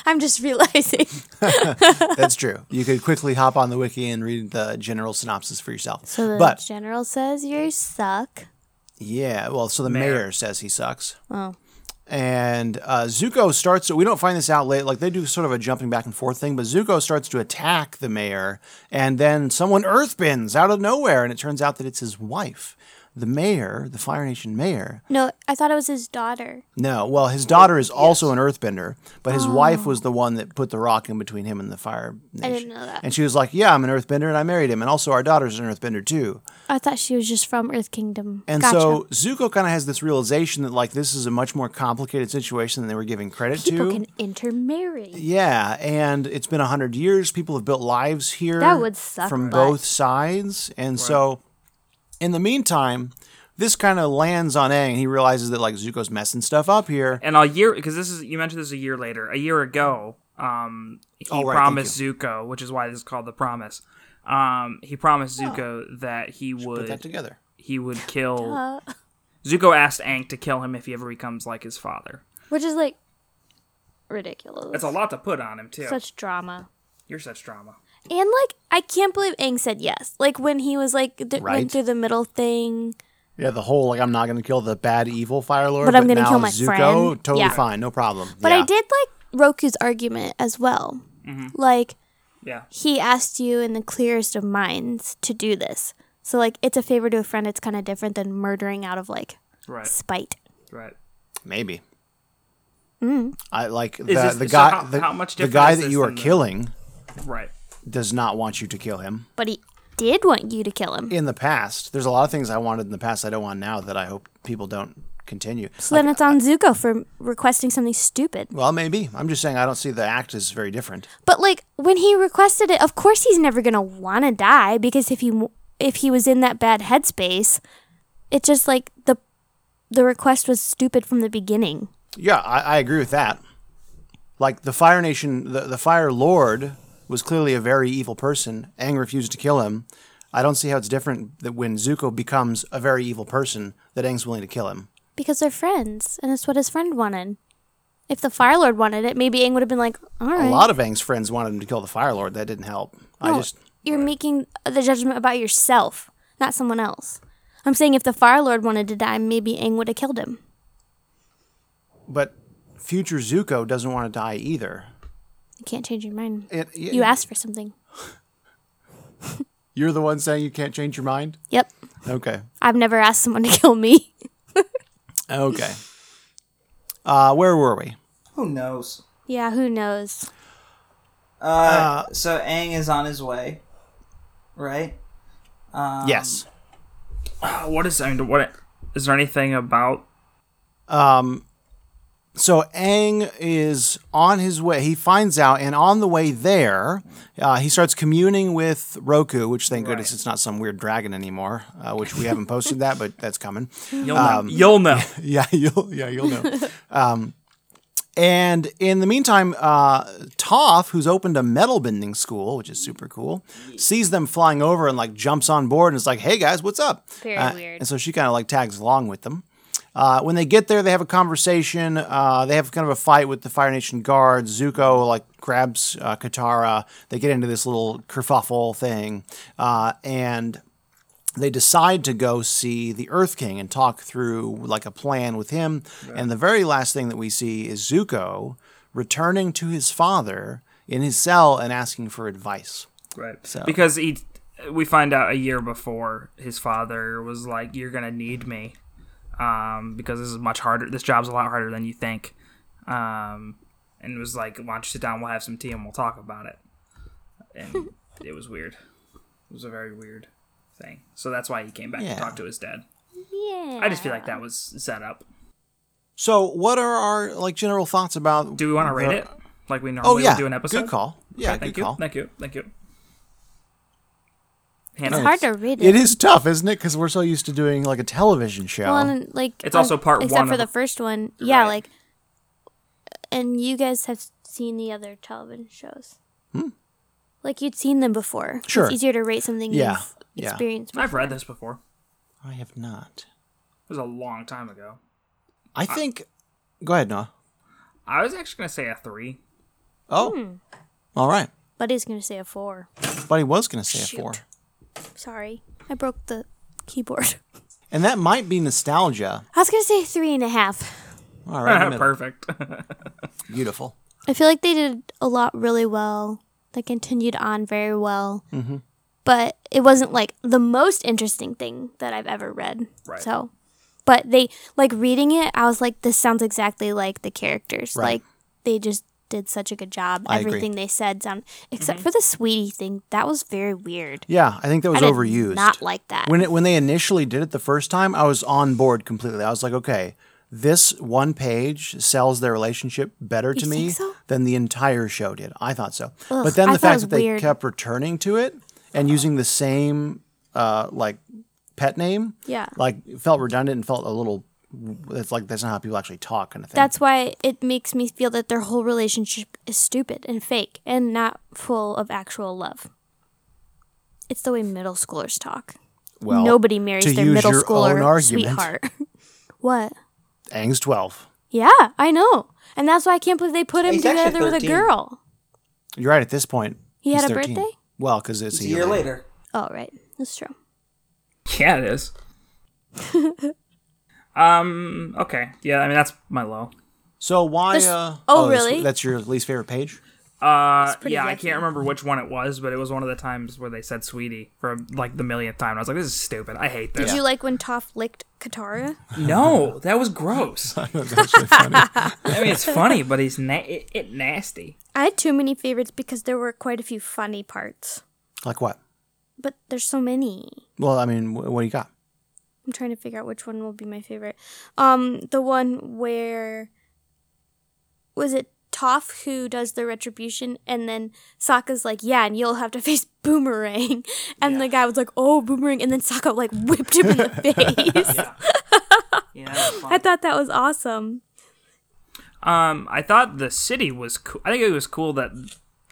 [SPEAKER 2] I'm just realizing.
[SPEAKER 1] that's true you could quickly hop on the wiki and read the general synopsis for yourself
[SPEAKER 2] So the
[SPEAKER 1] but
[SPEAKER 2] general says you suck.
[SPEAKER 1] Yeah, well, so the mayor,
[SPEAKER 3] Mayor.
[SPEAKER 1] says he sucks. Oh. And uh, Zuko starts to, we don't find this out late, like they do sort of a jumping back and forth thing, but Zuko starts to attack the mayor, and then someone earthbends out of nowhere, and it turns out that it's his wife. The mayor, the Fire Nation mayor.
[SPEAKER 2] No, I thought it was his daughter.
[SPEAKER 1] No, well, his daughter is also an earthbender, but his wife was the one that put the rock in between him and the Fire Nation.
[SPEAKER 2] didn't know that.
[SPEAKER 1] And she was like, Yeah, I'm an earthbender, and I married him, and also our daughter's an earthbender, too.
[SPEAKER 2] I thought she was just from Earth Kingdom.
[SPEAKER 1] And
[SPEAKER 2] gotcha.
[SPEAKER 1] so Zuko kind of has this realization that like this is a much more complicated situation than they were giving credit
[SPEAKER 2] people
[SPEAKER 1] to.
[SPEAKER 2] can intermarry.
[SPEAKER 1] yeah, and it's been a hundred years. People have built lives here.
[SPEAKER 2] That would suck
[SPEAKER 1] from
[SPEAKER 2] butt.
[SPEAKER 1] both sides. And so, in the meantime, this kind of lands on Aang. He realizes that like Zuko's messing stuff up here.
[SPEAKER 3] And a year, because this is, you mentioned this a year later, a year ago, um, he
[SPEAKER 1] Oh, right, thank
[SPEAKER 3] promised Zuko, which is why this is called the promise. Um, he promised Zuko that he
[SPEAKER 1] Put that
[SPEAKER 3] would
[SPEAKER 1] together.
[SPEAKER 3] he would kill.
[SPEAKER 2] Uh,
[SPEAKER 3] Zuko asked Aang to kill him if he ever becomes like his father.
[SPEAKER 2] Which is like ridiculous.
[SPEAKER 3] That's a lot to put on him too.
[SPEAKER 2] Such drama.
[SPEAKER 3] You're such drama.
[SPEAKER 2] And like, I can't believe Aang said yes. Like when he was like th-
[SPEAKER 1] Right.
[SPEAKER 2] went through the middle thing.
[SPEAKER 1] Yeah, the whole like I'm not going to kill the bad evil Fire Lord,
[SPEAKER 2] But I'm gonna
[SPEAKER 1] now
[SPEAKER 2] kill my
[SPEAKER 1] Zuko,
[SPEAKER 2] friend.
[SPEAKER 1] Totally
[SPEAKER 2] Yeah.
[SPEAKER 1] fine, no problem.
[SPEAKER 2] But I
[SPEAKER 1] Yeah.
[SPEAKER 2] did like Roku's argument as well.
[SPEAKER 3] Mm-hmm.
[SPEAKER 2] Like
[SPEAKER 3] Yeah.
[SPEAKER 2] he asked you in the clearest of minds to do this. So like, it's a favor to a friend. It's kind of different than murdering out of like
[SPEAKER 3] Right.
[SPEAKER 2] spite.
[SPEAKER 3] Right.
[SPEAKER 1] Maybe.
[SPEAKER 2] Mm.
[SPEAKER 1] I like the,
[SPEAKER 3] this-
[SPEAKER 1] the
[SPEAKER 3] so
[SPEAKER 1] guy.
[SPEAKER 3] how-
[SPEAKER 1] the,
[SPEAKER 3] how much
[SPEAKER 1] the
[SPEAKER 3] different
[SPEAKER 1] guy
[SPEAKER 3] is
[SPEAKER 1] that
[SPEAKER 3] this
[SPEAKER 1] you are
[SPEAKER 3] than the-
[SPEAKER 1] killing
[SPEAKER 3] Right.
[SPEAKER 1] does not want you to kill him.
[SPEAKER 2] But he did want you to kill him.
[SPEAKER 1] In the past, there's a lot of things I wanted in the past I don't want now that I hope people don't continue.
[SPEAKER 2] So then it's on Zuko for requesting something stupid.
[SPEAKER 1] Well, maybe. I'm just saying I don't see the act as very different.
[SPEAKER 2] But like when he requested it, of course he's never gonna want to die because if he if he was in that bad headspace, it just like the the request was stupid from the beginning.
[SPEAKER 1] Yeah, I, I agree with that. Like the Fire Nation, the, the Fire Lord was clearly a very evil person. Aang refused to kill him. I don't see how it's different that when Zuko becomes a very evil person, that Aang's willing to kill him.
[SPEAKER 2] Because they're friends, and it's what his friend wanted. If the Fire Lord wanted it, maybe Aang would have been like, "All right,
[SPEAKER 1] A lot of Aang's friends wanted him to kill the Fire Lord. That didn't help. I
[SPEAKER 2] No,
[SPEAKER 1] just
[SPEAKER 2] you're making the judgment about yourself, not someone else." I'm saying if the Fire Lord wanted to die, maybe Aang would have killed him.
[SPEAKER 1] but future Zuko doesn't want to die either.
[SPEAKER 2] You can't change your mind.
[SPEAKER 1] It, y-
[SPEAKER 2] You asked for something.
[SPEAKER 1] You're the one saying you can't change your mind?
[SPEAKER 2] Yep.
[SPEAKER 1] Okay.
[SPEAKER 2] I've never asked someone to kill me.
[SPEAKER 1] Okay. Uh, where were we?
[SPEAKER 4] Who knows?
[SPEAKER 2] Yeah, who knows?
[SPEAKER 4] Uh, so Aang is on his way, right?
[SPEAKER 1] Um, yes.
[SPEAKER 3] Uh, What is I mean, what is there anything about
[SPEAKER 1] Um, so Aang is on his way. He finds out, and on the way there, uh, he starts communing with Roku. Which thank goodness it's not some weird dragon anymore, uh, which we haven't posted that, but that's coming.
[SPEAKER 3] You'll know. You'll know.
[SPEAKER 1] Yeah, you'll yeah you'll know. um, and in the meantime, uh, Toph, who's opened a metal bending school, which is super cool, sees them flying over and like jumps on board and is like, "Hey guys, what's up?"
[SPEAKER 2] Very
[SPEAKER 1] Uh,
[SPEAKER 2] weird.
[SPEAKER 1] And so she kind of like tags along with them. Uh, when they get there, they have a conversation. Uh, they have kind of a fight with the Fire Nation guards. Zuko like grabs uh, Katara. They get into this little kerfuffle thing, uh, and they decide to go see the Earth King and talk through like a plan with him. And the very last thing that we see is Zuko returning to his father in his cell and asking for advice.
[SPEAKER 3] Right. Because he, we find out a year before his father was like, "You're gonna need me," um, because this is much harder. This job's a lot harder than you think. Um, and was like, "Why don't you sit down? We'll have some tea and we'll talk about it." And it was weird. It was a very weird thing. So that's why he came back
[SPEAKER 1] Yeah. Uh.
[SPEAKER 3] to talk to his dad.
[SPEAKER 2] Yeah.
[SPEAKER 3] I just feel like that was set up.
[SPEAKER 1] So, what are our like general thoughts about?
[SPEAKER 3] Do we want to rate
[SPEAKER 1] the-
[SPEAKER 3] it like we normally
[SPEAKER 1] Uh, Oh yeah,
[SPEAKER 3] would do an episode?
[SPEAKER 1] Good call. Yeah, good
[SPEAKER 3] Thank you.
[SPEAKER 1] call.
[SPEAKER 3] Thank you. Thank you.
[SPEAKER 2] it's
[SPEAKER 3] Hannah,
[SPEAKER 2] hard to read it.
[SPEAKER 1] It is tough, isn't it? Because we're so used to doing like a television show.
[SPEAKER 2] Well, and, like um,
[SPEAKER 3] It's also part
[SPEAKER 2] except
[SPEAKER 3] one
[SPEAKER 2] for
[SPEAKER 3] of
[SPEAKER 2] the
[SPEAKER 3] the-
[SPEAKER 2] first one. Yeah,
[SPEAKER 3] Right.
[SPEAKER 2] like, and you guys have seen the other television shows.
[SPEAKER 3] Hmm.
[SPEAKER 2] Like you'd seen them before.
[SPEAKER 1] Sure.
[SPEAKER 2] It's easier to rate something
[SPEAKER 1] Yeah,
[SPEAKER 2] you've
[SPEAKER 1] yeah.
[SPEAKER 2] experienced.
[SPEAKER 3] I've read this before.
[SPEAKER 1] I have not.
[SPEAKER 3] It was a long time ago.
[SPEAKER 1] I think. Go ahead, Noah.
[SPEAKER 3] I was actually gonna say a three.
[SPEAKER 1] Oh,
[SPEAKER 2] Hmm.
[SPEAKER 1] all right.
[SPEAKER 2] Buddy's gonna say a four.
[SPEAKER 1] Buddy was going to say
[SPEAKER 3] Shoot.
[SPEAKER 1] a four.
[SPEAKER 2] Sorry, I broke the keyboard.
[SPEAKER 1] And that might be nostalgia.
[SPEAKER 2] I was gonna say three and a half.
[SPEAKER 1] All right, in the middle.
[SPEAKER 3] Perfect.
[SPEAKER 1] beautiful.
[SPEAKER 2] I feel like they did a lot really well. They continued on very well. Mm-hmm. But it wasn't like the most interesting thing that I've ever read.
[SPEAKER 3] Right.
[SPEAKER 2] So, but they like reading it. I was like, this sounds exactly like the characters.
[SPEAKER 1] Right.
[SPEAKER 2] Like they just did such a good job.
[SPEAKER 1] I agree.
[SPEAKER 2] Everything they said sound except for the sweetie thing. That was very weird.
[SPEAKER 1] Yeah, I think that was
[SPEAKER 2] I did
[SPEAKER 1] overused.
[SPEAKER 2] Not like that.
[SPEAKER 1] when it when they initially did it the first time, I was on board completely. I was like, okay, this one page sells their relationship better to
[SPEAKER 2] You
[SPEAKER 1] me
[SPEAKER 2] think so?
[SPEAKER 1] than the entire show did. I thought so,
[SPEAKER 2] Ugh,
[SPEAKER 1] but then
[SPEAKER 2] I
[SPEAKER 1] the
[SPEAKER 2] thought it
[SPEAKER 1] fact
[SPEAKER 2] was
[SPEAKER 1] that they
[SPEAKER 2] weird. Uh-huh.
[SPEAKER 1] kept returning to it and using the same uh, like pet name,
[SPEAKER 2] Yeah.
[SPEAKER 1] like it felt redundant and felt a little. It's like that's not how people actually talk, kind of thing.
[SPEAKER 2] That's why it makes me feel that their whole relationship is stupid and fake and not full of actual love. It's the way middle schoolers talk.
[SPEAKER 1] well,
[SPEAKER 2] Nobody marries
[SPEAKER 1] to
[SPEAKER 2] their
[SPEAKER 1] use
[SPEAKER 2] middle
[SPEAKER 1] your own
[SPEAKER 2] schooler
[SPEAKER 1] argument.
[SPEAKER 2] sweetheart. what?
[SPEAKER 1] Aang's twelve.
[SPEAKER 2] Yeah, I know. And that's why I can't believe they put him
[SPEAKER 4] He's actually
[SPEAKER 2] together with a
[SPEAKER 4] 13.
[SPEAKER 2] girl.
[SPEAKER 1] You're right. At this point,
[SPEAKER 2] He
[SPEAKER 1] he's
[SPEAKER 2] had a
[SPEAKER 1] 13.
[SPEAKER 2] birthday?
[SPEAKER 1] Well, because it's
[SPEAKER 4] It's a year later.
[SPEAKER 2] Oh, right. That's true.
[SPEAKER 3] yeah, it is. um. Okay. Yeah. I mean, that's my low.
[SPEAKER 1] So why?
[SPEAKER 2] There's-
[SPEAKER 1] Uh,
[SPEAKER 2] oh,
[SPEAKER 1] that's-
[SPEAKER 2] really?
[SPEAKER 1] That's your least favorite page.
[SPEAKER 3] Uh.
[SPEAKER 2] pretty
[SPEAKER 3] Yeah. I
[SPEAKER 2] yucky.
[SPEAKER 3] can't remember which one it was, but it was one of the times where they said "sweetie" for like the millionth time. And I was like, "This is stupid. I hate
[SPEAKER 2] Did
[SPEAKER 3] this."
[SPEAKER 2] you like when Toph licked Katara?
[SPEAKER 3] no, that was gross. I mean, it's funny, but it's na- it, it nasty.
[SPEAKER 2] I had too many favorites because there were quite a few funny parts.
[SPEAKER 1] Like what?
[SPEAKER 2] But there's so many.
[SPEAKER 1] Well, I mean, wh- what do you got?
[SPEAKER 2] I'm trying to figure out which one will be my favorite. Um, the one where was it Toph who does the retribution, and then Sokka's like, "Yeah, and you'll have to face Boomerang," and the guy was like, "Oh, Boomerang," and then Sokka like whipped him in the face.
[SPEAKER 3] Yeah. that was fun.
[SPEAKER 2] I thought that was awesome.
[SPEAKER 3] Um, I thought the city was cool. I think it was cool that I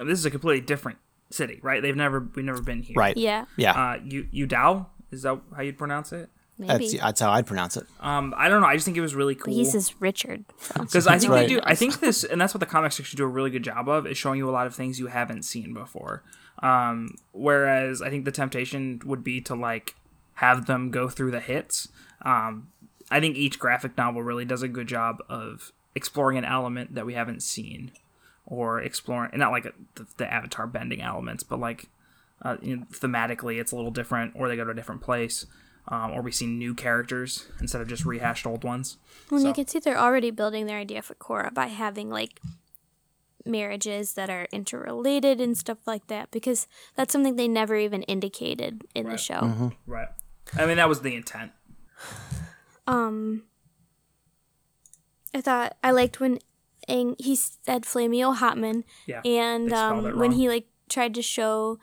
[SPEAKER 3] mean, this is a completely different city, right? They've never we've never been here.
[SPEAKER 1] Right.
[SPEAKER 2] Yeah,
[SPEAKER 1] Yeah.
[SPEAKER 3] Uh, you Udao is that how you'd pronounce it?
[SPEAKER 1] that's
[SPEAKER 2] maybe.
[SPEAKER 1] that's how I'd pronounce it.
[SPEAKER 3] Um, I don't know. I just think it was really cool.
[SPEAKER 2] He says Richard.
[SPEAKER 3] because I think
[SPEAKER 1] That's
[SPEAKER 3] they do.
[SPEAKER 1] right.
[SPEAKER 3] I think this, and that's what the comics actually do a really good job of, is showing you a lot of things you haven't seen before. Um, whereas I think the temptation would be to like have them go through the hits. Um, I think each graphic novel really does a good job of exploring an element that we haven't seen, or exploring, and not like the, the avatar bending elements, but like uh, you know, thematically it's a little different, or they go to a different place. Um, or we see new characters instead of just rehashed old ones.
[SPEAKER 2] Well,
[SPEAKER 3] So-
[SPEAKER 2] you can see they're already building their idea for Korra by having like marriages that are interrelated and stuff like that, because that's something they never even indicated in the show.
[SPEAKER 3] Right. Mm-hmm. I mean, that was the intent.
[SPEAKER 2] Um, I thought I liked when Aang, he said Flamio Hotman,
[SPEAKER 3] Yeah.
[SPEAKER 2] and
[SPEAKER 3] They spelled it
[SPEAKER 2] um, when
[SPEAKER 3] wrong.
[SPEAKER 2] he like tried to show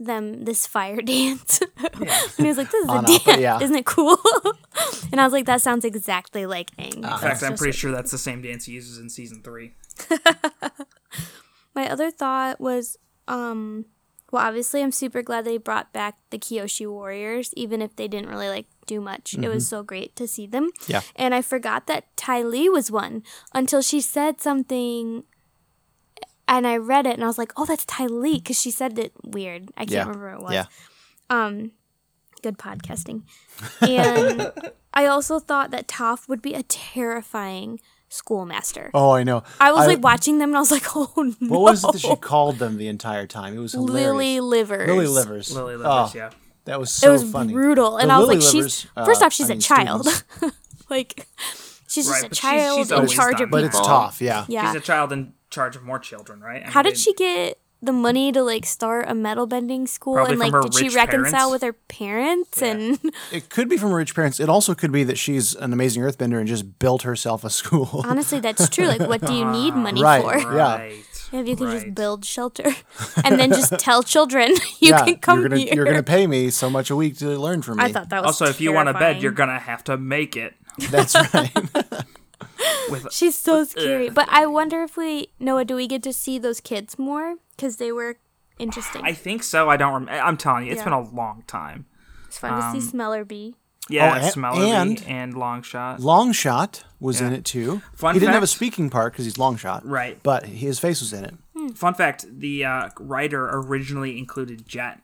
[SPEAKER 2] them this fire dance, and he was like, "This is a
[SPEAKER 1] On
[SPEAKER 2] dance,
[SPEAKER 1] Appa, yeah.
[SPEAKER 2] isn't it cool?" and I was like, "That sounds exactly like Aang."
[SPEAKER 1] Ah,
[SPEAKER 3] In fact, I'm pretty sure that's the same dance he uses in season three.
[SPEAKER 2] My other thought was, um, well, obviously, I'm super glad they brought back the Kyoshi Warriors, even if they didn't really like do much. It was so great to see them.
[SPEAKER 1] Mm-hmm. Yeah.
[SPEAKER 2] And I forgot that Ty Lee was one until she said something, and I read it and I was like, oh, that's Ty Lee because she said it weird. I can't
[SPEAKER 1] Yeah.
[SPEAKER 2] remember what it was.
[SPEAKER 1] Yeah.
[SPEAKER 2] Good podcasting. And I also thought that Toph would be a terrifying schoolmaster.
[SPEAKER 1] Oh, I know.
[SPEAKER 2] I was like watching them and I was like, oh no.
[SPEAKER 1] what was it that she called them the entire time? It was hilarious.
[SPEAKER 2] Lily Livers.
[SPEAKER 1] Lily livers.
[SPEAKER 3] Lily Livers,
[SPEAKER 1] Oh,
[SPEAKER 3] yeah.
[SPEAKER 1] That was
[SPEAKER 2] it
[SPEAKER 1] so
[SPEAKER 2] was
[SPEAKER 1] funny.
[SPEAKER 2] brutal. And
[SPEAKER 1] The
[SPEAKER 2] I was
[SPEAKER 1] Lily
[SPEAKER 2] like, she's
[SPEAKER 1] Livers, uh,
[SPEAKER 2] first off, she's
[SPEAKER 1] I mean,
[SPEAKER 2] a child.
[SPEAKER 1] students.
[SPEAKER 2] like she's just
[SPEAKER 3] Right,
[SPEAKER 2] a
[SPEAKER 3] but she's- she's
[SPEAKER 2] child in
[SPEAKER 3] always
[SPEAKER 2] charge
[SPEAKER 3] done
[SPEAKER 2] of
[SPEAKER 3] that.
[SPEAKER 1] but
[SPEAKER 2] people.
[SPEAKER 1] it's tough, yeah.
[SPEAKER 2] Yeah.
[SPEAKER 3] She's a child in charge of more children, right? I
[SPEAKER 2] How
[SPEAKER 3] mean,
[SPEAKER 2] did she get the money to like start a metal bending school?
[SPEAKER 3] Probably
[SPEAKER 2] and
[SPEAKER 3] from
[SPEAKER 2] like,
[SPEAKER 3] her
[SPEAKER 2] did she
[SPEAKER 3] rich
[SPEAKER 2] reconcile
[SPEAKER 3] parents.
[SPEAKER 2] with her parents? And
[SPEAKER 1] It could be from rich parents. It also could be that she's an amazing earthbender and just built herself a school.
[SPEAKER 2] honestly, that's true. Like, what do you need money
[SPEAKER 1] Right.
[SPEAKER 2] for?
[SPEAKER 1] Yeah.
[SPEAKER 3] Right.
[SPEAKER 2] If you can
[SPEAKER 3] right.
[SPEAKER 2] just build shelter and then just tell children you
[SPEAKER 1] yeah,
[SPEAKER 2] can come
[SPEAKER 1] you're gonna,
[SPEAKER 2] here.
[SPEAKER 1] You're going to pay me so much a week to learn from me.
[SPEAKER 2] I thought that was
[SPEAKER 3] Also, if you want a bed,
[SPEAKER 2] terrifying.
[SPEAKER 3] you're gonna have to make it.
[SPEAKER 1] That's right.
[SPEAKER 3] With
[SPEAKER 2] She's so scary. But I wonder if we Noah, do we get to see those kids more because they were interesting?
[SPEAKER 3] I think so. I don't remember. I'm telling you, it's
[SPEAKER 2] Yeah.
[SPEAKER 3] been a long time.
[SPEAKER 2] it's fun to
[SPEAKER 3] um,
[SPEAKER 2] see Smeller be.
[SPEAKER 3] Yeah,
[SPEAKER 1] Oh, and-
[SPEAKER 3] Smelly
[SPEAKER 1] and-
[SPEAKER 3] and, long shot.
[SPEAKER 1] Long Shot was in it too.
[SPEAKER 3] Fun
[SPEAKER 1] he didn't have a
[SPEAKER 3] fact-
[SPEAKER 1] speaking part because he's Long Shot.
[SPEAKER 3] Right.
[SPEAKER 1] But his face was in it.
[SPEAKER 3] Fun fact: the uh, writer originally included Jet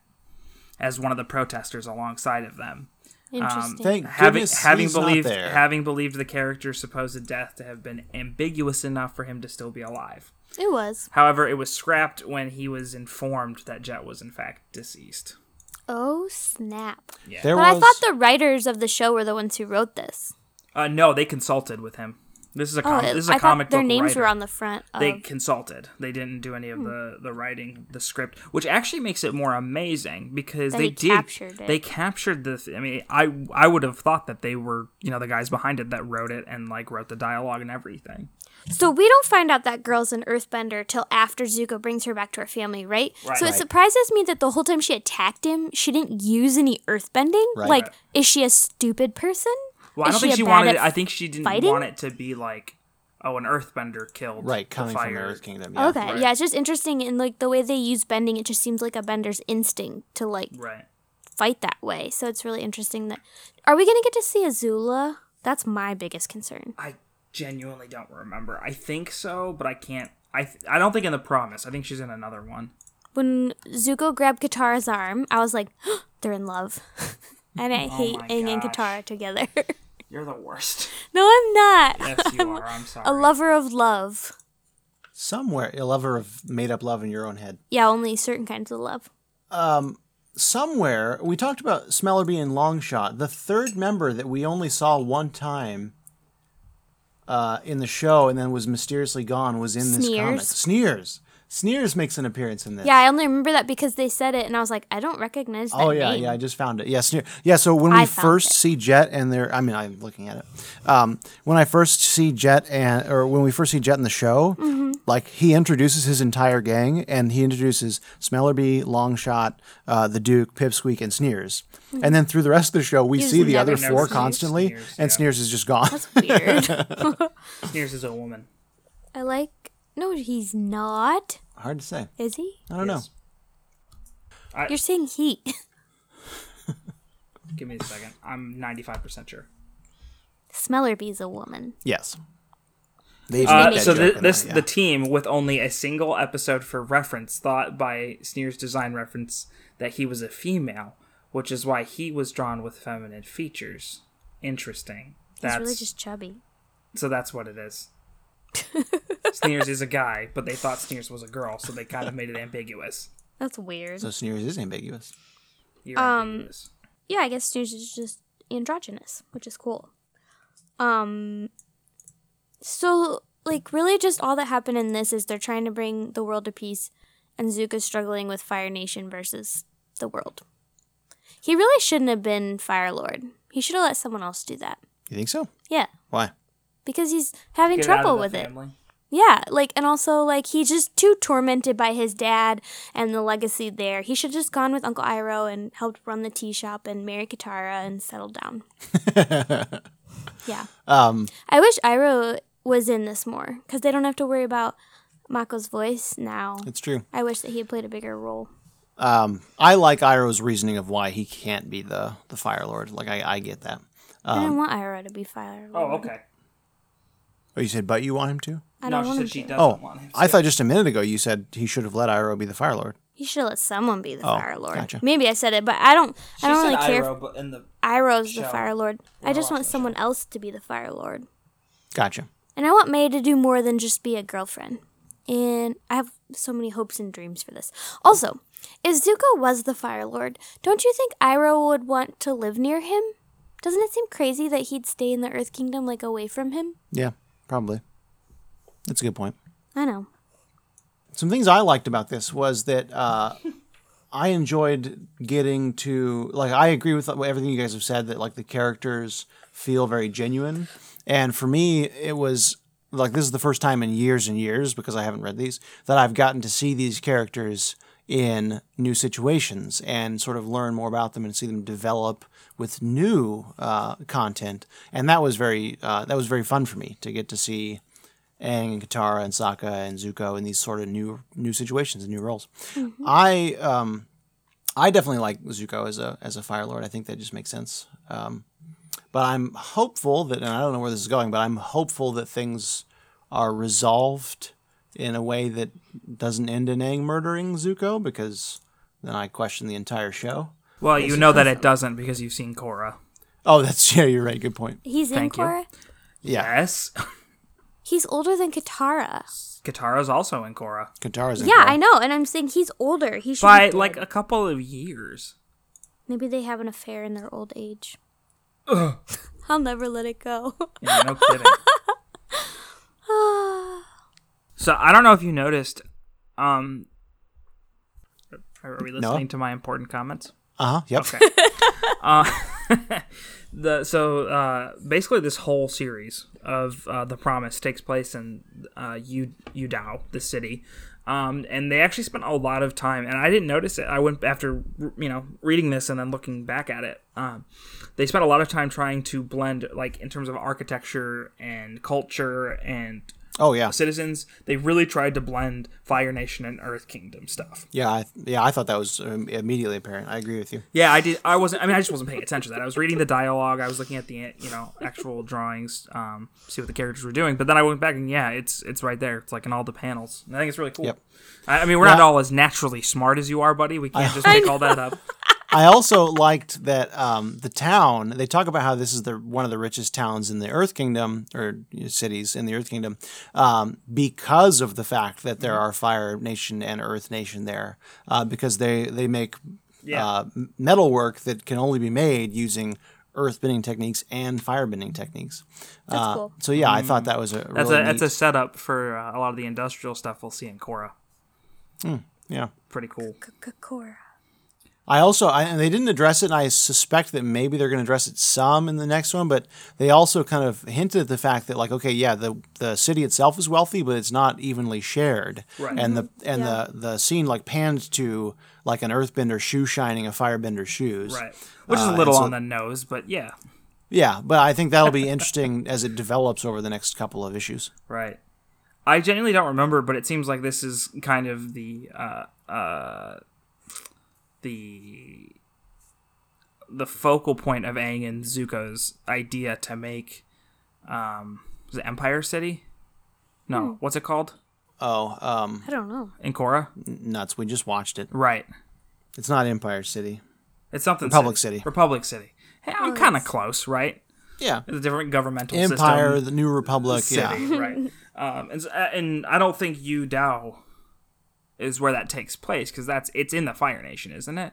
[SPEAKER 3] as one of the protesters alongside of them. um,
[SPEAKER 2] Interesting.
[SPEAKER 1] Thank
[SPEAKER 3] having
[SPEAKER 1] goodness
[SPEAKER 3] having
[SPEAKER 1] he's
[SPEAKER 3] believed
[SPEAKER 1] not there.
[SPEAKER 3] having believed the character's supposed death to have been ambiguous enough for him to still be alive.
[SPEAKER 2] it was.
[SPEAKER 3] However, it was scrapped when he was informed that Jet was in fact deceased.
[SPEAKER 2] Oh snap!
[SPEAKER 1] there
[SPEAKER 2] But I
[SPEAKER 1] was-
[SPEAKER 2] thought the writers of the show were the ones who wrote this.
[SPEAKER 3] Uh, no, they consulted with him. This is a
[SPEAKER 2] Oh,
[SPEAKER 3] com-
[SPEAKER 2] it-
[SPEAKER 3] this is a
[SPEAKER 2] I
[SPEAKER 3] comic
[SPEAKER 2] thought their
[SPEAKER 3] book
[SPEAKER 2] names
[SPEAKER 3] writer.
[SPEAKER 2] were on the uh, Hmm. front. Of,
[SPEAKER 3] they consulted. They didn't do any of the the writing, the script, which actually makes it more amazing because
[SPEAKER 2] That
[SPEAKER 3] they
[SPEAKER 2] he
[SPEAKER 3] did
[SPEAKER 2] captured it.
[SPEAKER 3] they captured the. th- I mean, I I would have thought that they were you know the guys behind it that wrote it and like wrote the dialogue and everything.
[SPEAKER 2] so we don't find out that girl's an Earthbender till after Zuko brings her back to her family, right?
[SPEAKER 3] Right.
[SPEAKER 2] So it
[SPEAKER 3] Right.
[SPEAKER 2] surprises me that the whole time she attacked him, she didn't use any Earthbending.
[SPEAKER 1] Right.
[SPEAKER 2] Like, is she a stupid person?
[SPEAKER 3] Well, I
[SPEAKER 2] Is
[SPEAKER 3] don't think
[SPEAKER 2] a
[SPEAKER 3] she
[SPEAKER 2] bad
[SPEAKER 3] wanted.
[SPEAKER 2] at
[SPEAKER 3] It, I think she didn't
[SPEAKER 2] fighting?
[SPEAKER 3] want it to be like oh an Earthbender killed
[SPEAKER 1] Right,
[SPEAKER 3] the
[SPEAKER 1] coming from the
[SPEAKER 3] fire.
[SPEAKER 1] Earth Kingdom. Yeah.
[SPEAKER 2] Okay, yeah, it's just interesting, and like the way they use bending, it just seems like a bender's instinct to like
[SPEAKER 3] Right.
[SPEAKER 2] fight that way. So it's really interesting that are we gonna get to see Azula? That's my biggest concern.
[SPEAKER 3] I genuinely don't remember. I think so, but I can't. I th- I don't think in the promise. I think she's in another one.
[SPEAKER 2] When Zuko grabbed Katara's arm, I was like, they're in love. and I hate
[SPEAKER 3] Oh my
[SPEAKER 2] Aang and
[SPEAKER 3] gosh.
[SPEAKER 2] Katara together.
[SPEAKER 3] You're the worst.
[SPEAKER 2] no, I'm not.
[SPEAKER 3] yes, you are. I'm sorry.
[SPEAKER 2] A lover of love.
[SPEAKER 1] Somewhere, a lover of made up love in your own head.
[SPEAKER 2] Yeah, only certain kinds of love.
[SPEAKER 1] Somewhere, we talked about Smellerby and Longshot, the third member that we only saw one time uh, in the show and then was mysteriously gone was in this comic.
[SPEAKER 2] Sneers.
[SPEAKER 1] Sneers. Sneers makes an appearance in this.
[SPEAKER 2] Yeah, I only remember that because they said it, and I was like, I don't recognize that
[SPEAKER 1] Oh yeah,
[SPEAKER 2] name.
[SPEAKER 1] yeah. I just found it. Yeah, sneer. Yeah. So when we
[SPEAKER 2] I found
[SPEAKER 1] first
[SPEAKER 2] it.
[SPEAKER 1] see Jet and they're, I mean, I'm looking at it. Um, when I first see Jet and, or when we first see Jet in the show, like he introduces his entire gang and he introduces Smellerby, Longshot, uh, the Duke, Pipsqueak, and Sneers. And then through the rest of the show, we
[SPEAKER 2] He's
[SPEAKER 1] see the
[SPEAKER 2] never
[SPEAKER 1] other
[SPEAKER 2] seen
[SPEAKER 1] four
[SPEAKER 3] Sneers.
[SPEAKER 1] constantly,
[SPEAKER 3] Sneers,
[SPEAKER 1] and
[SPEAKER 3] yeah.
[SPEAKER 1] Sneers is just gone.
[SPEAKER 2] That's weird.
[SPEAKER 3] Sneers is a woman.
[SPEAKER 2] I like. No, he's not.
[SPEAKER 1] Hard to say.
[SPEAKER 2] Is he?
[SPEAKER 1] I don't
[SPEAKER 3] Yes.
[SPEAKER 2] You're saying he.
[SPEAKER 3] Give me a second. I'm 95% sure.
[SPEAKER 2] Smellerby's a woman.
[SPEAKER 1] know. Yes. They've
[SPEAKER 3] Uh,
[SPEAKER 1] made that
[SPEAKER 3] so
[SPEAKER 1] joke
[SPEAKER 3] thi-
[SPEAKER 1] in
[SPEAKER 3] this
[SPEAKER 1] there,
[SPEAKER 3] the team with only a single episode for reference thought by Sneer's design reference that he was a female, which is why he was drawn with feminine features. Interesting.
[SPEAKER 2] He's
[SPEAKER 3] That's
[SPEAKER 2] really just chubby.
[SPEAKER 3] so that's what it is. Sneers is a guy, but they thought Sneers was a girl, so they kind of made it ambiguous.
[SPEAKER 2] That's weird.
[SPEAKER 1] so Sneers is ambiguous.
[SPEAKER 3] You're
[SPEAKER 2] Um,
[SPEAKER 3] ambiguous.
[SPEAKER 2] yeah, I guess Snooze is just androgynous, which is cool. Um so like really just all that happened in this is they're trying to bring the world to peace and Zuko's struggling with Fire Nation versus the world. He really shouldn't have been Fire Lord. He should have let someone else do that.
[SPEAKER 1] You think so?
[SPEAKER 2] Yeah,
[SPEAKER 1] Why?
[SPEAKER 2] because he's having
[SPEAKER 3] Get it out of
[SPEAKER 2] trouble
[SPEAKER 3] the
[SPEAKER 2] with it.
[SPEAKER 3] family.
[SPEAKER 2] Yeah, like and also like he's just too tormented by his dad and the legacy there. He should just gone with Uncle Iroh and helped run the tea shop and marry Katara and settle down. yeah.
[SPEAKER 1] Um,
[SPEAKER 2] I wish Iroh was in this more cuz they don't have to worry about Mako's voice now.
[SPEAKER 1] it's true.
[SPEAKER 2] I wish that he had played a bigger role.
[SPEAKER 1] Um, I like Iroh's reasoning of why he can't be the the Fire Lord. Like I, I get that. Um,
[SPEAKER 2] I don't want Iroh to be Fire Lord.
[SPEAKER 3] Oh, okay.
[SPEAKER 1] Oh, you said, but you want him to?
[SPEAKER 2] I
[SPEAKER 3] no,
[SPEAKER 2] don't
[SPEAKER 3] she
[SPEAKER 2] want him
[SPEAKER 3] said she
[SPEAKER 2] to.
[SPEAKER 3] doesn't
[SPEAKER 1] Oh,
[SPEAKER 3] want him.
[SPEAKER 1] I thought just a minute ago you said he should have let Iroh be the Fire Lord.
[SPEAKER 2] He should let someone be the
[SPEAKER 1] Oh,
[SPEAKER 2] Fire Lord.
[SPEAKER 1] gotcha.
[SPEAKER 2] Maybe I said it, but I don't
[SPEAKER 4] She
[SPEAKER 2] I don't
[SPEAKER 4] said
[SPEAKER 2] really care
[SPEAKER 4] Iroh, but in the
[SPEAKER 2] if Iroh's the
[SPEAKER 4] show.
[SPEAKER 2] Fire Lord. I just
[SPEAKER 4] watching
[SPEAKER 2] want someone else to be the Fire Lord.
[SPEAKER 1] Gotcha.
[SPEAKER 2] And I want May to do more than just be a girlfriend. And I have so many hopes and dreams for this. Also, if Zuko was the Fire Lord, don't you think Iroh would want to live near him? Doesn't it seem crazy that he'd stay in the Earth Kingdom, like away from him?
[SPEAKER 1] Yeah, probably. That's a good point.
[SPEAKER 2] I know.
[SPEAKER 1] some things I liked about this was that uh, I enjoyed getting to like I agree with everything you guys have said that like the characters feel very genuine, and for me it was like this is the first time in years and years because I haven't read these that I've gotten to see these characters in new situations and sort of learn more about them and see them develop with new uh, content, and that was very uh, that was very fun for me to get to see Aang and Katara and Sokka and Zuko in these sort of new new situations and new roles.
[SPEAKER 2] Mm-hmm.
[SPEAKER 1] I um I definitely like Zuko as a as a Fire Lord. I think that just makes sense. Um, but I'm hopeful that, and I don't know where this is going, but I'm hopeful that things are resolved in a way that doesn't end in Aang murdering Zuko, because then I question the entire show.
[SPEAKER 3] Well, you know that it doesn't because you've seen Korra.
[SPEAKER 1] Oh, that's yeah, you're right. Good point.
[SPEAKER 2] He's
[SPEAKER 3] Thank you.
[SPEAKER 2] in Korra.
[SPEAKER 1] Yeah,
[SPEAKER 3] Yes.
[SPEAKER 2] He's older than Katara.
[SPEAKER 3] Katara's also in Korra.
[SPEAKER 1] Katara's in
[SPEAKER 2] Yeah,
[SPEAKER 1] Korra.
[SPEAKER 2] I know, and I'm saying he's older. He should
[SPEAKER 3] By
[SPEAKER 2] be
[SPEAKER 3] like
[SPEAKER 2] dead.
[SPEAKER 3] a couple of years.
[SPEAKER 2] maybe they have an affair in their old age. I'll never let it go.
[SPEAKER 3] Yeah, no kidding. so I don't know if you noticed. Um, are are we listening to my important comments?
[SPEAKER 1] Uh-huh. Yep.
[SPEAKER 3] The so uh, basically this whole series of uh, the Promise takes place in uh, Yu Udao, the city. Um, and they actually spent a lot of time, and I didn't notice it. I went after you know reading this and then looking back at it. Um, they spent a lot of time trying to blend, like in terms of architecture and culture and
[SPEAKER 1] Oh yeah.
[SPEAKER 3] citizens. They really tried to blend Fire Nation and Earth Kingdom stuff.
[SPEAKER 1] Yeah, I, yeah, I thought that was um, immediately apparent. I agree with you.
[SPEAKER 3] Yeah, I did. I wasn't. I mean, I just wasn't paying attention to that. I was reading the dialogue. I was looking at the you know actual drawings, um, see what the characters were doing. But then I went back and yeah, it's it's right there. It's like in all the panels. And I think it's really cool.
[SPEAKER 1] Yep.
[SPEAKER 3] I, I mean, we're not
[SPEAKER 1] Well-
[SPEAKER 3] all as naturally smart as you are, buddy. We can't just make all that up.
[SPEAKER 1] I also liked that um, the town. They talk about how this is the one of the richest towns in the Earth Kingdom or you know, cities in the Earth Kingdom um, because of the fact that
[SPEAKER 3] Mm-hmm.
[SPEAKER 1] there are Fire Nation and Earth Nation there uh, because they they make
[SPEAKER 3] Yeah.
[SPEAKER 1] uh, m- metal work that can only be made using earth bending techniques and fire bending techniques.
[SPEAKER 2] That's
[SPEAKER 1] Uh,
[SPEAKER 2] cool.
[SPEAKER 1] So yeah, I thought that was a really
[SPEAKER 3] Mm-hmm. That's a that's
[SPEAKER 1] neat-
[SPEAKER 3] a setup for uh, a lot of the industrial stuff we'll see in Korra.
[SPEAKER 1] yeah.
[SPEAKER 3] Pretty cool.
[SPEAKER 2] Katara.
[SPEAKER 1] I also, I, and they didn't address it, and I suspect that maybe they're going to address it some in the next one. But they also kind of hinted at the fact that, like, okay, yeah, the the city itself is wealthy, but it's not evenly shared.
[SPEAKER 3] Right.
[SPEAKER 1] And the and
[SPEAKER 2] Mm-hmm. Yeah.
[SPEAKER 1] the the scene like panned to like an earthbender shoe shining a firebender's shoes.
[SPEAKER 3] Right. Which is
[SPEAKER 1] Uh,
[SPEAKER 3] a
[SPEAKER 1] and
[SPEAKER 3] little
[SPEAKER 1] so-
[SPEAKER 3] on the nose, but yeah.
[SPEAKER 1] Yeah, but I think that'll be interesting as it develops over the next couple of issues.
[SPEAKER 3] Right. I genuinely don't remember, but it seems like this is kind of the uh, uh, the the focal point of Aang and Zuko's idea to make um, was it Empire City? No, what's it called?
[SPEAKER 1] Oh, um,
[SPEAKER 2] I don't know.
[SPEAKER 3] In Korra?
[SPEAKER 1] nuts! We just watched it.
[SPEAKER 3] Right.
[SPEAKER 1] It's not Empire City.
[SPEAKER 3] It's something
[SPEAKER 1] Republic City.
[SPEAKER 3] Republic City. Hey, I'm kind of close, right?
[SPEAKER 1] Yeah,
[SPEAKER 3] It's a different governmental
[SPEAKER 1] Empire,
[SPEAKER 3] system.
[SPEAKER 1] the New Republic.
[SPEAKER 3] City,
[SPEAKER 1] Yeah,
[SPEAKER 3] right? Um, and, s- uh, and I don't think Yu Dao is where that takes place because that's it's in the Fire Nation, isn't it?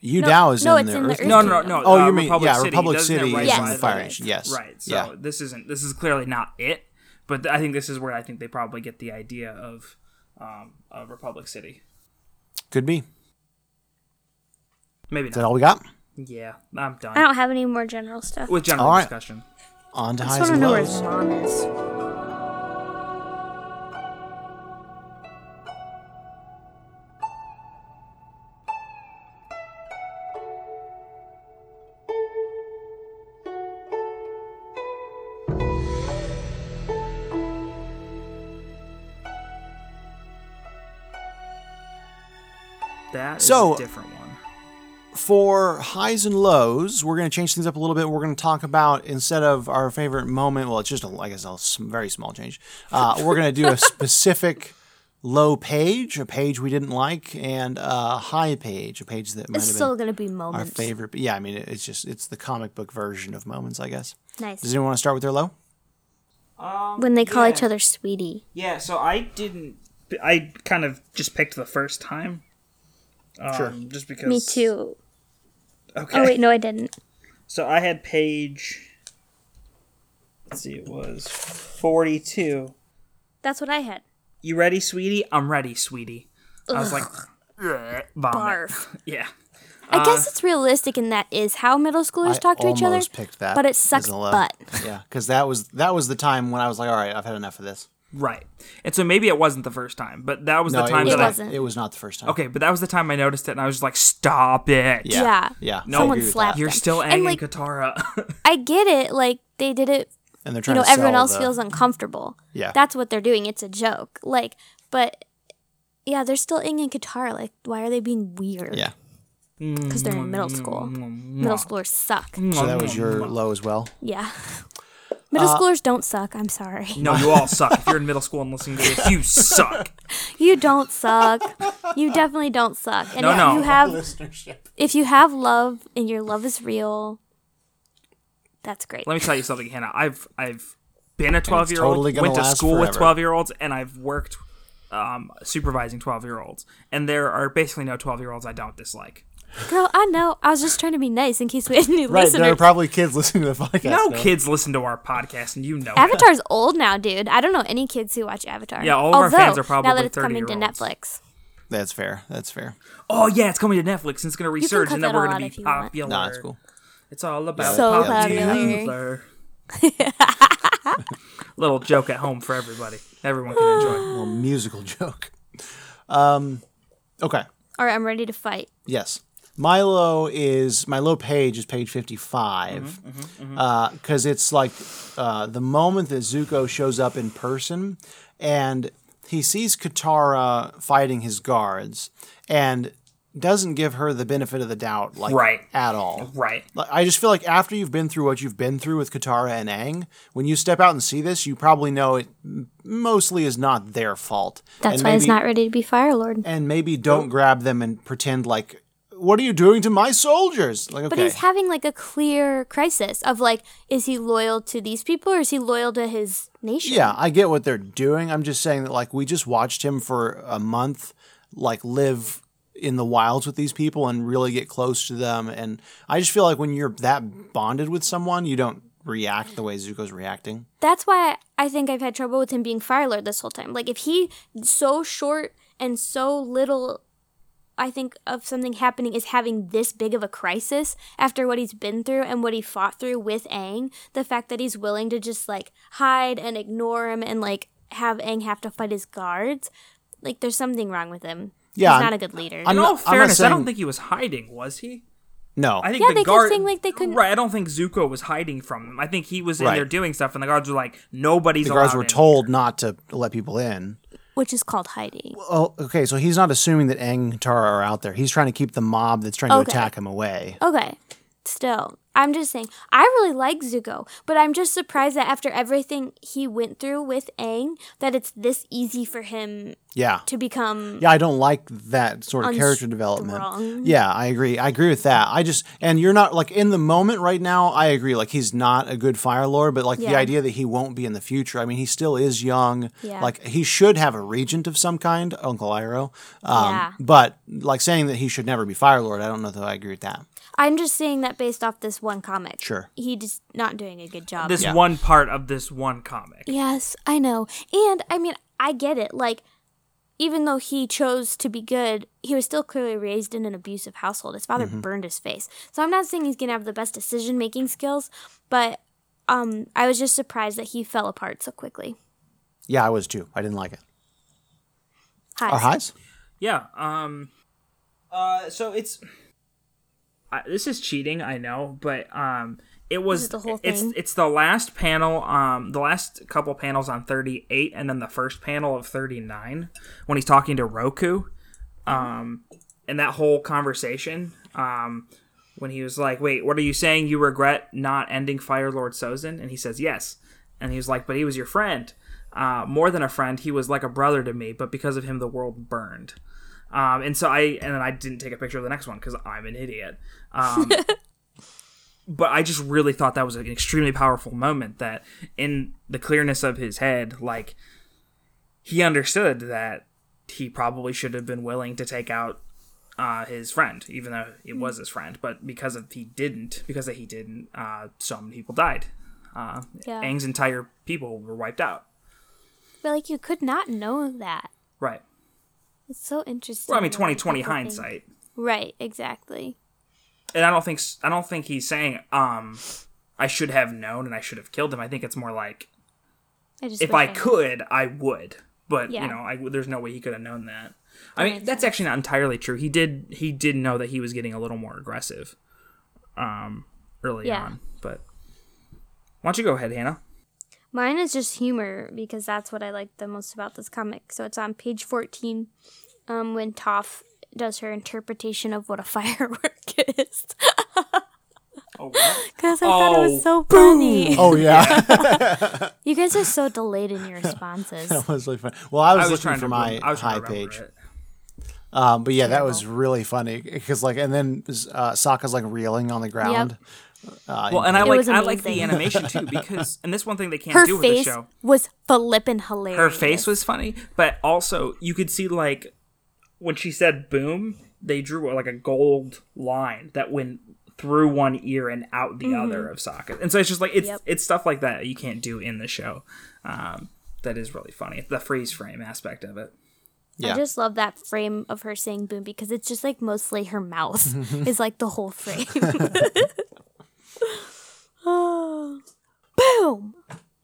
[SPEAKER 1] Yu
[SPEAKER 2] No,
[SPEAKER 1] Dao is
[SPEAKER 2] no,
[SPEAKER 1] in
[SPEAKER 2] it's
[SPEAKER 1] the
[SPEAKER 2] in the
[SPEAKER 1] Earth.
[SPEAKER 2] Earth
[SPEAKER 1] Kingdom.
[SPEAKER 3] No, no, no, no.
[SPEAKER 1] Oh,
[SPEAKER 3] uh,
[SPEAKER 1] you mean-
[SPEAKER 3] Republic
[SPEAKER 1] yeah,
[SPEAKER 3] City?
[SPEAKER 1] Republic
[SPEAKER 3] doesn't it
[SPEAKER 1] City
[SPEAKER 3] rise
[SPEAKER 1] is
[SPEAKER 2] in
[SPEAKER 3] by
[SPEAKER 2] the
[SPEAKER 1] Fire
[SPEAKER 3] Lake?
[SPEAKER 1] Nation, yes,
[SPEAKER 3] Right. So
[SPEAKER 1] yeah.
[SPEAKER 3] this isn't. This is clearly not it. But I think this is where I think they probably get the idea of um, of Republic City.
[SPEAKER 1] Could be.
[SPEAKER 3] Maybe
[SPEAKER 1] Is that
[SPEAKER 3] not.
[SPEAKER 1] all we got?
[SPEAKER 3] Yeah, I'm
[SPEAKER 2] I
[SPEAKER 3] done
[SPEAKER 2] don't have any more general stuff.
[SPEAKER 3] with general
[SPEAKER 1] All right.
[SPEAKER 3] discussion.
[SPEAKER 1] On to
[SPEAKER 2] I just
[SPEAKER 1] highs
[SPEAKER 2] want to
[SPEAKER 1] and
[SPEAKER 2] know where
[SPEAKER 1] lows.
[SPEAKER 2] his mom is.
[SPEAKER 3] That is
[SPEAKER 1] So-
[SPEAKER 3] a different one.
[SPEAKER 1] for highs and lows, we're going to change things up a little bit. We're going to talk about instead of our favorite moment. Well, it's just a, I guess a s- very small change. Uh, we're going to do a specific low page, a page we didn't like, and a high page, a page that might
[SPEAKER 2] It's
[SPEAKER 1] have
[SPEAKER 2] still
[SPEAKER 1] been
[SPEAKER 2] gonna be
[SPEAKER 1] our
[SPEAKER 2] moments.
[SPEAKER 1] favorite. But yeah, I mean, it- it's just it's the comic book version of moments, I guess.
[SPEAKER 2] Nice.
[SPEAKER 1] Does anyone want to start with their low?
[SPEAKER 2] when they call
[SPEAKER 4] yeah.
[SPEAKER 2] each other sweetie.
[SPEAKER 4] um, Yeah, so
[SPEAKER 3] I didn't. I kind of just picked the first time. Um,
[SPEAKER 1] Sure.
[SPEAKER 3] Just because.
[SPEAKER 2] Me too.
[SPEAKER 3] Okay.
[SPEAKER 2] Oh wait, no, I didn't.
[SPEAKER 3] So I had page. Let's see, it was 42.
[SPEAKER 2] That's what I had.
[SPEAKER 3] You ready, sweetie? I'm ready, sweetie. I was like, "Ugh,"
[SPEAKER 1] Oh,
[SPEAKER 3] vomit.
[SPEAKER 2] Barf.
[SPEAKER 3] Yeah.
[SPEAKER 2] I guess it's realistic, and that is how middle schoolers
[SPEAKER 1] Uh, I
[SPEAKER 2] talk to each other.
[SPEAKER 1] almost picked that,
[SPEAKER 2] but it
[SPEAKER 1] as
[SPEAKER 2] sucks
[SPEAKER 1] a low.
[SPEAKER 2] butt.
[SPEAKER 1] Yeah, because that was that was the time when I was like, all right, I've had enough of this.
[SPEAKER 3] Right. And so maybe it wasn't the first time, but that was
[SPEAKER 1] No,
[SPEAKER 3] the time
[SPEAKER 1] it, was
[SPEAKER 2] It
[SPEAKER 3] that
[SPEAKER 1] not-
[SPEAKER 3] I.
[SPEAKER 2] wasn't.
[SPEAKER 1] It was not the first time.
[SPEAKER 3] Okay, but that was the time I noticed it, and I was just like, "Stop it!
[SPEAKER 1] Yeah.
[SPEAKER 2] Yeah.
[SPEAKER 1] Yeah.
[SPEAKER 3] No,
[SPEAKER 1] I
[SPEAKER 2] Someone
[SPEAKER 1] agree with
[SPEAKER 2] slapped
[SPEAKER 1] that.
[SPEAKER 3] You're
[SPEAKER 2] them.
[SPEAKER 3] still
[SPEAKER 2] and
[SPEAKER 3] Aang
[SPEAKER 2] like
[SPEAKER 3] and Katara."
[SPEAKER 2] I get it. Like they did it.
[SPEAKER 1] And they're
[SPEAKER 2] You
[SPEAKER 1] trying
[SPEAKER 2] know,
[SPEAKER 1] to
[SPEAKER 2] everyone
[SPEAKER 1] sell
[SPEAKER 2] else
[SPEAKER 1] the-
[SPEAKER 2] feels uncomfortable.
[SPEAKER 1] Yeah.
[SPEAKER 2] That's what they're doing. It's a joke. Like, but yeah, they're still Aang and Katara. Like, why are they being weird?
[SPEAKER 1] Yeah. Mm,
[SPEAKER 2] Because they're in middle school. Middle schoolers suck.
[SPEAKER 1] So that was your low as well.
[SPEAKER 2] Yeah. Middle
[SPEAKER 1] Uh,
[SPEAKER 2] schoolers don't suck. I'm sorry.
[SPEAKER 3] no, you all suck. If you're in middle school and listening to this, you suck.
[SPEAKER 2] You don't suck. you definitely don't suck. And
[SPEAKER 3] No,
[SPEAKER 2] if
[SPEAKER 3] no.
[SPEAKER 2] you have if you have love and your love is real, that's great.
[SPEAKER 3] Let me tell you something, Hannah. I've I've been a 12 year old,
[SPEAKER 1] totally gonna
[SPEAKER 3] went to
[SPEAKER 1] last
[SPEAKER 3] school with
[SPEAKER 1] forever.
[SPEAKER 3] 12 year olds, and I've worked um, supervising 12 year olds. And there are basically no 12 year olds I don't dislike.
[SPEAKER 2] Girl, I know. I was just trying to be nice in case we had new
[SPEAKER 1] Right, there are
[SPEAKER 2] listeners.
[SPEAKER 1] probably kids listening to the podcast.
[SPEAKER 3] No
[SPEAKER 1] though.
[SPEAKER 3] kids listen to our podcast, and you know it.
[SPEAKER 2] Avatar's old now, dude. I don't know any kids who watch Avatar.
[SPEAKER 3] Yeah, all of our
[SPEAKER 2] Although,
[SPEAKER 3] fans are probably
[SPEAKER 2] now that it's coming to
[SPEAKER 3] 30-year-olds.
[SPEAKER 2] Netflix.
[SPEAKER 1] That's fair. That's fair.
[SPEAKER 3] Oh yeah, it's coming to Netflix, and it's going to
[SPEAKER 2] can
[SPEAKER 3] resurge,
[SPEAKER 2] cut
[SPEAKER 3] and then
[SPEAKER 2] that
[SPEAKER 3] we're
[SPEAKER 2] all
[SPEAKER 3] going
[SPEAKER 2] out
[SPEAKER 3] to
[SPEAKER 2] if
[SPEAKER 3] be
[SPEAKER 2] you want.
[SPEAKER 3] popular.
[SPEAKER 1] No, that's cool.
[SPEAKER 3] It's all about
[SPEAKER 2] So
[SPEAKER 3] popular. Little joke at home for everybody. Everyone can enjoy.
[SPEAKER 1] Little musical joke. Um, okay.
[SPEAKER 2] All right, I'm ready to fight.
[SPEAKER 1] Yes. Milo is Milo Page is page fifty five, because it's like uh, the moment that Zuko shows up in person, and he sees Katara fighting his guards, and doesn't give her the benefit of the doubt, like
[SPEAKER 3] Right.
[SPEAKER 1] at all.
[SPEAKER 3] Right.
[SPEAKER 1] Like, I just feel like after you've been through what you've been through with Katara and Aang, when you step out and see this, you probably know it m- mostly is not their fault.
[SPEAKER 2] That's
[SPEAKER 1] and
[SPEAKER 2] why
[SPEAKER 1] maybe,
[SPEAKER 2] he's not ready to be Fire Lord.
[SPEAKER 1] And maybe don't grab them and pretend like, "What are you doing to my soldiers?" Like, okay,
[SPEAKER 2] But he's having like a clear crisis of like, is he loyal to these people or is he loyal to his nation?
[SPEAKER 1] yeah, I get what they're doing. I'm just saying that, like, we just watched him for a month, like, live in the wilds with these people and really get close to them. And I just feel like when you're that bonded with someone, you don't react the way Zuko's reacting.
[SPEAKER 2] That's why I think I've had trouble with him being Fire Lord this whole time. Like, if he so short and so little, I think of something happening is having this big of a crisis after what he's been through and what he fought through with Aang. The fact that he's willing to just like hide and ignore him and like have Aang have to fight his guards, like there's something wrong with him.
[SPEAKER 1] Yeah,
[SPEAKER 2] he's
[SPEAKER 1] I'm-
[SPEAKER 2] not a good leader.
[SPEAKER 1] I'm
[SPEAKER 3] In
[SPEAKER 1] not-
[SPEAKER 3] all fairness, I
[SPEAKER 1] saying-
[SPEAKER 3] don't think he was hiding, was he?
[SPEAKER 1] No,
[SPEAKER 3] I think
[SPEAKER 2] Yeah,
[SPEAKER 3] the
[SPEAKER 2] they kept
[SPEAKER 3] guard,
[SPEAKER 2] saying, like, they couldn't-
[SPEAKER 3] Right, I don't think Zuko was hiding from them. I think he was
[SPEAKER 1] Right.
[SPEAKER 3] in there doing stuff, and the guards were like, "Nobody's."
[SPEAKER 1] the guards
[SPEAKER 3] allowed
[SPEAKER 1] were
[SPEAKER 3] in."
[SPEAKER 1] told not to let people in.
[SPEAKER 2] which is called hiding.
[SPEAKER 1] Oh, okay. So he's not assuming that Aang and Tara are out there. He's trying to keep the mob that's trying to
[SPEAKER 2] Okay.
[SPEAKER 1] attack him away.
[SPEAKER 2] Okay. Still, I'm just saying, I really like Zuko, but I'm just surprised that after everything he went through with Aang, that it's this easy for him
[SPEAKER 1] Yeah.
[SPEAKER 2] to become.
[SPEAKER 1] Yeah, I don't like that sort of character
[SPEAKER 2] Unstrung.
[SPEAKER 1] development. Yeah, I agree. I agree with that. I just and you're not like in the moment right now. I agree. Like he's not a good fire lord, but like the
[SPEAKER 2] Yeah.
[SPEAKER 1] idea that he won't be in the future. I mean, he still is young.
[SPEAKER 2] Yeah.
[SPEAKER 1] Like he should have a regent of some kind, Uncle Iroh. Um,
[SPEAKER 2] Yeah.
[SPEAKER 1] But like saying that he should never be fire lord, I don't know that I agree with that.
[SPEAKER 2] I'm just saying that based off this one comic.
[SPEAKER 1] Sure.
[SPEAKER 2] He just not doing a good job.
[SPEAKER 3] this one part of this one comic.
[SPEAKER 2] yes, I know. And I mean, I get it. Like, even though he chose to be good, he was still clearly raised in an abusive household. His father burned his face. So I'm not saying he's going to have the best decision making skills, but um, I was just surprised that he fell apart so quickly.
[SPEAKER 1] Yeah, I was too. I didn't like it.
[SPEAKER 2] Highs.
[SPEAKER 1] Our highs?
[SPEAKER 3] Yeah. Um. Uh. So it's. I, this is cheating, I know, but um, it was
[SPEAKER 2] it the whole
[SPEAKER 3] it's
[SPEAKER 2] thing?
[SPEAKER 3] it's the last panel, um, the last couple panels on thirty eight, and then the first panel of thirty nine when he's talking to Roku, um, and that whole conversation, um, when he was like, "Wait, what are you saying? You regret not ending Fire Lord Sozin?" and he says, "Yes," and he was like, "But he was your friend." Uh, more than a friend, he was like a brother to me, but because of him, the world burned. Um, and so I and then I didn't take a picture of the next one because I'm an idiot. Um, but I just really thought that was an extremely powerful moment. That in the clearness of his head, like he understood that he probably should have been willing to take out uh, his friend, even though
[SPEAKER 2] Hmm.
[SPEAKER 3] it was his friend. But because of he didn't, because that he didn't, uh, so many people died. Uh,
[SPEAKER 2] Yeah.
[SPEAKER 3] Aang's entire people were wiped out.
[SPEAKER 2] But like you could not know that.
[SPEAKER 3] Right.
[SPEAKER 2] It's so interesting.
[SPEAKER 3] Well, I mean,
[SPEAKER 2] that
[SPEAKER 3] twenty twenty
[SPEAKER 2] people think-
[SPEAKER 3] hindsight.
[SPEAKER 2] Right, exactly.
[SPEAKER 3] and I don't think I don't think he's saying um I should have known and I should have killed him. I think it's more like
[SPEAKER 2] I just
[SPEAKER 3] if
[SPEAKER 2] wish
[SPEAKER 3] I
[SPEAKER 2] knew.
[SPEAKER 3] could, I would. But
[SPEAKER 2] Yeah.
[SPEAKER 3] you know, I, there's no way he could have known that. I mean,
[SPEAKER 2] makes
[SPEAKER 3] that's actually not entirely true. He did he did know that he was getting a little more aggressive um early
[SPEAKER 2] Yeah.
[SPEAKER 3] on. But why don't you go ahead, Hannah?
[SPEAKER 2] Mine is just humor because that's what I like the most about this comic. So it's on page 14 um, when Toph does her interpretation of what a firework is.
[SPEAKER 3] Oh, what?
[SPEAKER 2] Because I thought it
[SPEAKER 3] Oh,
[SPEAKER 2] was so funny.
[SPEAKER 1] Oh, yeah.
[SPEAKER 2] You guys are so delayed in your responses.
[SPEAKER 1] that was really fun. Well, I was,
[SPEAKER 3] I was
[SPEAKER 1] looking
[SPEAKER 3] trying
[SPEAKER 1] for
[SPEAKER 3] to
[SPEAKER 1] my
[SPEAKER 3] remember- I was trying
[SPEAKER 1] high
[SPEAKER 3] to remember
[SPEAKER 1] page.
[SPEAKER 3] it.
[SPEAKER 1] Um, but yeah, that was really funny because like, and then uh, Sokka's like reeling on the ground. Uh,
[SPEAKER 3] Well, and I like
[SPEAKER 2] was
[SPEAKER 3] I like the
[SPEAKER 2] amazing.
[SPEAKER 3] animation too because and this one thing they can't
[SPEAKER 2] Her
[SPEAKER 3] do with the
[SPEAKER 2] face
[SPEAKER 3] show.
[SPEAKER 2] was flippin' hilarious.
[SPEAKER 3] her face was funny, but also you could see like when she said boom, they drew like a gold line that went through one ear and out the other of socket. And so it's just like it's
[SPEAKER 2] Mm-hmm. Yep.
[SPEAKER 3] it's stuff like that you can't do in the show. Um, that is really funny. The freeze frame aspect of it.
[SPEAKER 1] Yeah.
[SPEAKER 2] I just love that frame of her saying boom because it's just like mostly her mouth is like the whole frame. Oh. boom!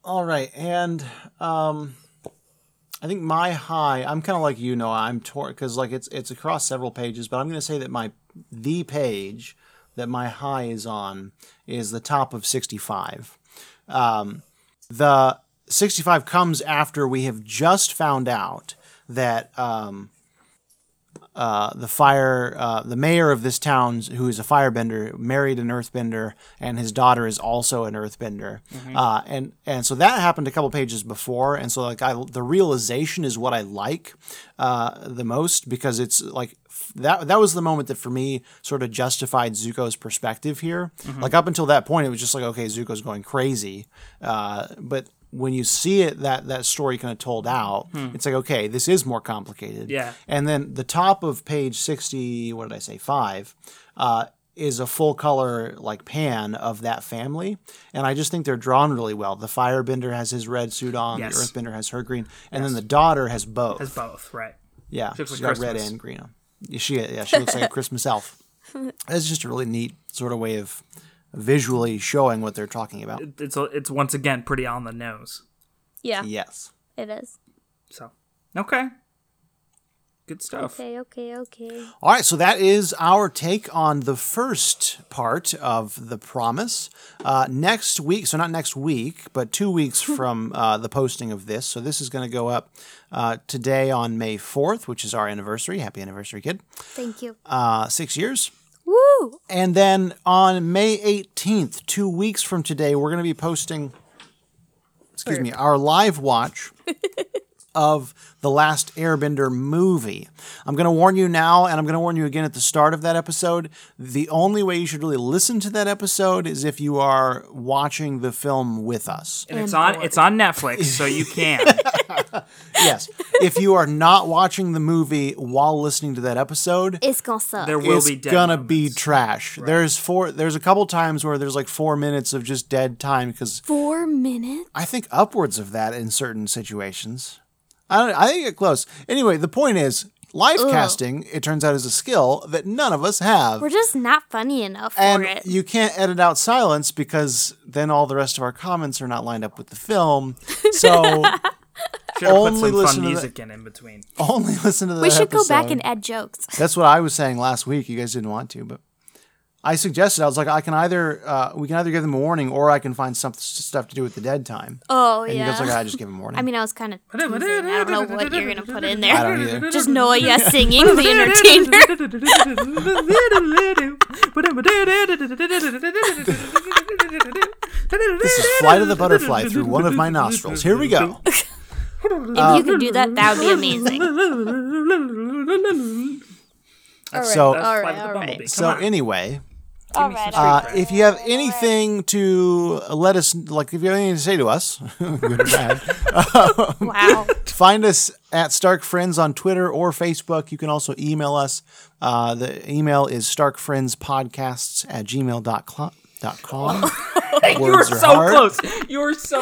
[SPEAKER 1] All right, and um, I think my high. I'm kind of like you, Noah. I'm torn because like it's it's across several pages, but I'm going to say that my the page that my high is on is the top of 65. Um, the 65 comes after we have just found out that um, uh, the fire uh, the mayor of this town who is a firebender married an earthbender and his daughter is also an earthbender uh, and and so that happened a couple pages before and so like I, the realization is what I like uh, the most because it's like f- that that was the moment that for me sort of justified Zuko's perspective here like up until that point it was just like okay Zuko's going crazy uh, but when you see it that that story kind of told out it's like okay this is more complicated
[SPEAKER 3] Yeah.
[SPEAKER 1] and then the top of page 60, what did I say, five, uh, is a full color like pan of that family. And I just think they're drawn really well. The firebender has his red suit on,
[SPEAKER 3] Yes.
[SPEAKER 1] the earthbender has her green, and then the daughter has both.
[SPEAKER 3] It's both, right?
[SPEAKER 1] yeah,
[SPEAKER 3] looks
[SPEAKER 1] she's
[SPEAKER 3] like
[SPEAKER 1] got red
[SPEAKER 3] Christmas.
[SPEAKER 1] and green on. She, yeah, she looks like a Christmas elf. That's just a really neat sort of way of visually showing what they're talking about.
[SPEAKER 3] It's it's once again pretty on the nose.
[SPEAKER 2] Yeah,
[SPEAKER 1] Yes.
[SPEAKER 2] it is.
[SPEAKER 3] So okay, good stuff.
[SPEAKER 2] Okay, okay, okay.
[SPEAKER 1] All right, so that is our take on the first part of the promise. Uh, next week, so not next week, but two weeks from uh, the posting of this. So this is going to go up uh, today on May 4th, which is our anniversary. Happy anniversary, kid.
[SPEAKER 2] Thank you.
[SPEAKER 1] Uh, six years.
[SPEAKER 2] Woo!
[SPEAKER 1] And then on May 18th, two weeks from today, we're going to be posting, excuse me, our live watch of the last Airbender movie. I'm going to warn you now, and I'm going to warn you again at the start of that episode. The only way you should really listen to that episode is if you are watching the film with us.
[SPEAKER 3] And it's on it's on Netflix, so you can.
[SPEAKER 1] Yes. if you are not watching the movie while listening to that episode,
[SPEAKER 2] It's gonna suck.
[SPEAKER 3] There will
[SPEAKER 1] it's
[SPEAKER 3] be dead
[SPEAKER 1] gonna
[SPEAKER 3] moments.
[SPEAKER 1] be trash. There's four. There's a couple times where there's like four minutes of just dead time because
[SPEAKER 2] Four minutes?
[SPEAKER 1] I think upwards of that in certain situations. I don't. I think it close. Anyway, the point is, Live casting, it turns out, is a skill that none of us have.
[SPEAKER 2] We're just not funny enough
[SPEAKER 1] and
[SPEAKER 2] for it.
[SPEAKER 1] you can't edit out silence because then all the rest of our comments are not lined up with the film. So
[SPEAKER 3] Should have put
[SPEAKER 1] Only
[SPEAKER 3] some
[SPEAKER 1] listen to
[SPEAKER 3] fun
[SPEAKER 1] the-
[SPEAKER 3] music in in between.
[SPEAKER 1] only listen to the
[SPEAKER 2] we should go back
[SPEAKER 1] episode.
[SPEAKER 2] and add jokes.
[SPEAKER 1] That's what I was saying last week. You guys didn't want to, but I suggested. I was like, I can either uh, we can either give them a warning, or I can find some s- stuff to do with the dead time.
[SPEAKER 2] Oh
[SPEAKER 1] and you
[SPEAKER 2] yeah.
[SPEAKER 1] guys are like, I just give them a warning.
[SPEAKER 2] I mean, I was kind of. I don't know what you're gonna put in there.
[SPEAKER 1] I don't either.
[SPEAKER 2] Just Noah, yes, singing the entertainer.
[SPEAKER 1] this is flight of the butterfly through one of my nostrils. Here we go.
[SPEAKER 2] if you could do that, that would
[SPEAKER 1] Um,
[SPEAKER 2] be amazing.
[SPEAKER 1] so
[SPEAKER 2] All right,
[SPEAKER 3] Flight of the
[SPEAKER 2] all
[SPEAKER 3] Bumblebee.
[SPEAKER 2] right,
[SPEAKER 3] Come
[SPEAKER 1] so
[SPEAKER 3] on.
[SPEAKER 1] anyway,
[SPEAKER 2] all right.
[SPEAKER 1] uh, if you have anything to let us, like if you have anything to say to us, good or bad,
[SPEAKER 2] Wow.
[SPEAKER 1] Find us at Stark Friends on Twitter or Facebook. You can also email us. Uh, the email is starkfriendspodcasts at gmail.com. Dot com.
[SPEAKER 3] You were
[SPEAKER 1] Words are
[SPEAKER 3] so
[SPEAKER 1] hard.
[SPEAKER 3] close. You were so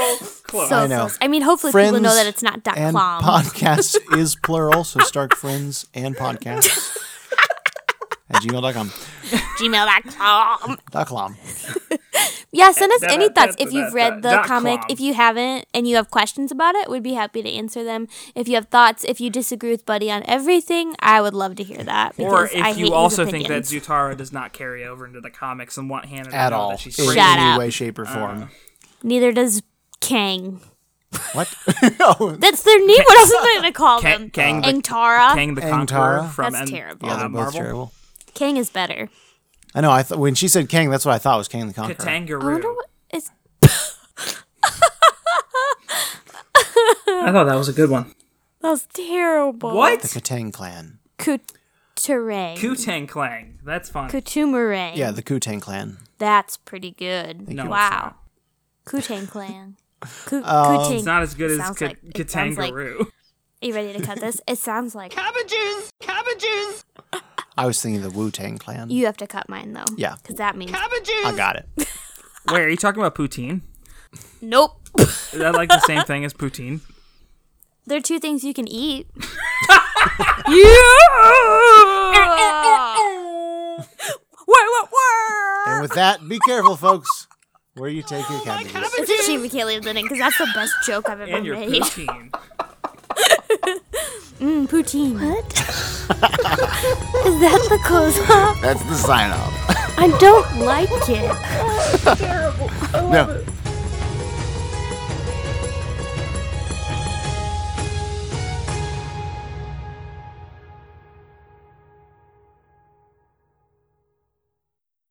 [SPEAKER 3] close.
[SPEAKER 2] So
[SPEAKER 1] I know.
[SPEAKER 2] close. I mean, hopefully people know that it's not dot
[SPEAKER 1] and
[SPEAKER 2] com.
[SPEAKER 1] podcasts is plural, so Stark Friends and podcasts at gmail.com.
[SPEAKER 2] gmail.com.
[SPEAKER 1] Dot com.
[SPEAKER 2] Yeah, send us
[SPEAKER 3] That-
[SPEAKER 2] any
[SPEAKER 3] that-
[SPEAKER 2] thoughts
[SPEAKER 3] Eh, that-
[SPEAKER 2] if you've
[SPEAKER 3] that-
[SPEAKER 2] read
[SPEAKER 3] that-
[SPEAKER 2] the
[SPEAKER 3] dot
[SPEAKER 2] comic.
[SPEAKER 3] com.
[SPEAKER 2] If you haven't and you have questions about it, we'd be happy to answer them. If you have thoughts, if you disagree with Buddy on everything, I would love to hear that.
[SPEAKER 3] Or
[SPEAKER 2] because
[SPEAKER 3] if
[SPEAKER 2] I hate
[SPEAKER 3] you also
[SPEAKER 2] his
[SPEAKER 3] think that
[SPEAKER 2] opinions.
[SPEAKER 3] Zutara does not carry over into the comics and want Hannah to
[SPEAKER 1] At
[SPEAKER 3] know
[SPEAKER 1] all.
[SPEAKER 3] that she's
[SPEAKER 1] In
[SPEAKER 3] crazy. Uh,
[SPEAKER 2] Shut
[SPEAKER 1] any
[SPEAKER 2] up.
[SPEAKER 1] way, shape, or form.
[SPEAKER 2] neither does Kang.
[SPEAKER 1] What? oh,
[SPEAKER 2] That's their new. What else am I going to call
[SPEAKER 3] Kang-
[SPEAKER 2] them?
[SPEAKER 3] Kang the-
[SPEAKER 2] and Tara. Kang.
[SPEAKER 3] Kang the
[SPEAKER 1] And
[SPEAKER 3] Conqueror
[SPEAKER 1] Tara.
[SPEAKER 3] from
[SPEAKER 2] That's
[SPEAKER 3] M-
[SPEAKER 2] terrible.
[SPEAKER 1] yeah,
[SPEAKER 3] uh,
[SPEAKER 1] they're both
[SPEAKER 3] Marvel.
[SPEAKER 1] terrible.
[SPEAKER 2] is better.
[SPEAKER 1] I know. I thought when she said Kang, that's what I thought was Kang the Conqueror.
[SPEAKER 3] Katangaroo.
[SPEAKER 2] I wonder what is.
[SPEAKER 3] I thought that was a good one.
[SPEAKER 2] That was terrible.
[SPEAKER 1] The
[SPEAKER 3] What?
[SPEAKER 1] Katang clan.
[SPEAKER 2] Kuturang.
[SPEAKER 3] Kutang Clang. That's fun.
[SPEAKER 2] Kutumarang.
[SPEAKER 1] Yeah, the Kutang clan.
[SPEAKER 2] That's pretty good.
[SPEAKER 3] No, it's
[SPEAKER 2] wow.
[SPEAKER 3] not.
[SPEAKER 2] Kutang clan. Ku-
[SPEAKER 3] It's
[SPEAKER 2] Kutang.
[SPEAKER 3] not as good as
[SPEAKER 2] Sounds
[SPEAKER 3] Ka-
[SPEAKER 2] like- it sounds like-
[SPEAKER 3] Katangaroo.
[SPEAKER 2] Are you ready to cut this? It sounds like
[SPEAKER 1] I was thinking the Wu Tang clan.
[SPEAKER 2] you have to cut mine though.
[SPEAKER 1] Yeah.
[SPEAKER 2] Because that means
[SPEAKER 1] I got it.
[SPEAKER 3] Wait, are you talking about poutine?
[SPEAKER 2] nope.
[SPEAKER 3] Is that like the same thing as poutine?
[SPEAKER 2] there are two things you can eat.
[SPEAKER 1] And with that, be careful, folks, where you take your cabbages.
[SPEAKER 2] It's a shame we can't leave that in because that's the best joke I've ever
[SPEAKER 3] And your
[SPEAKER 2] made.
[SPEAKER 3] poutine.
[SPEAKER 2] Mm, poutine. What? Is that the close up?
[SPEAKER 1] That's the sign off.
[SPEAKER 2] I don't like it.
[SPEAKER 1] No,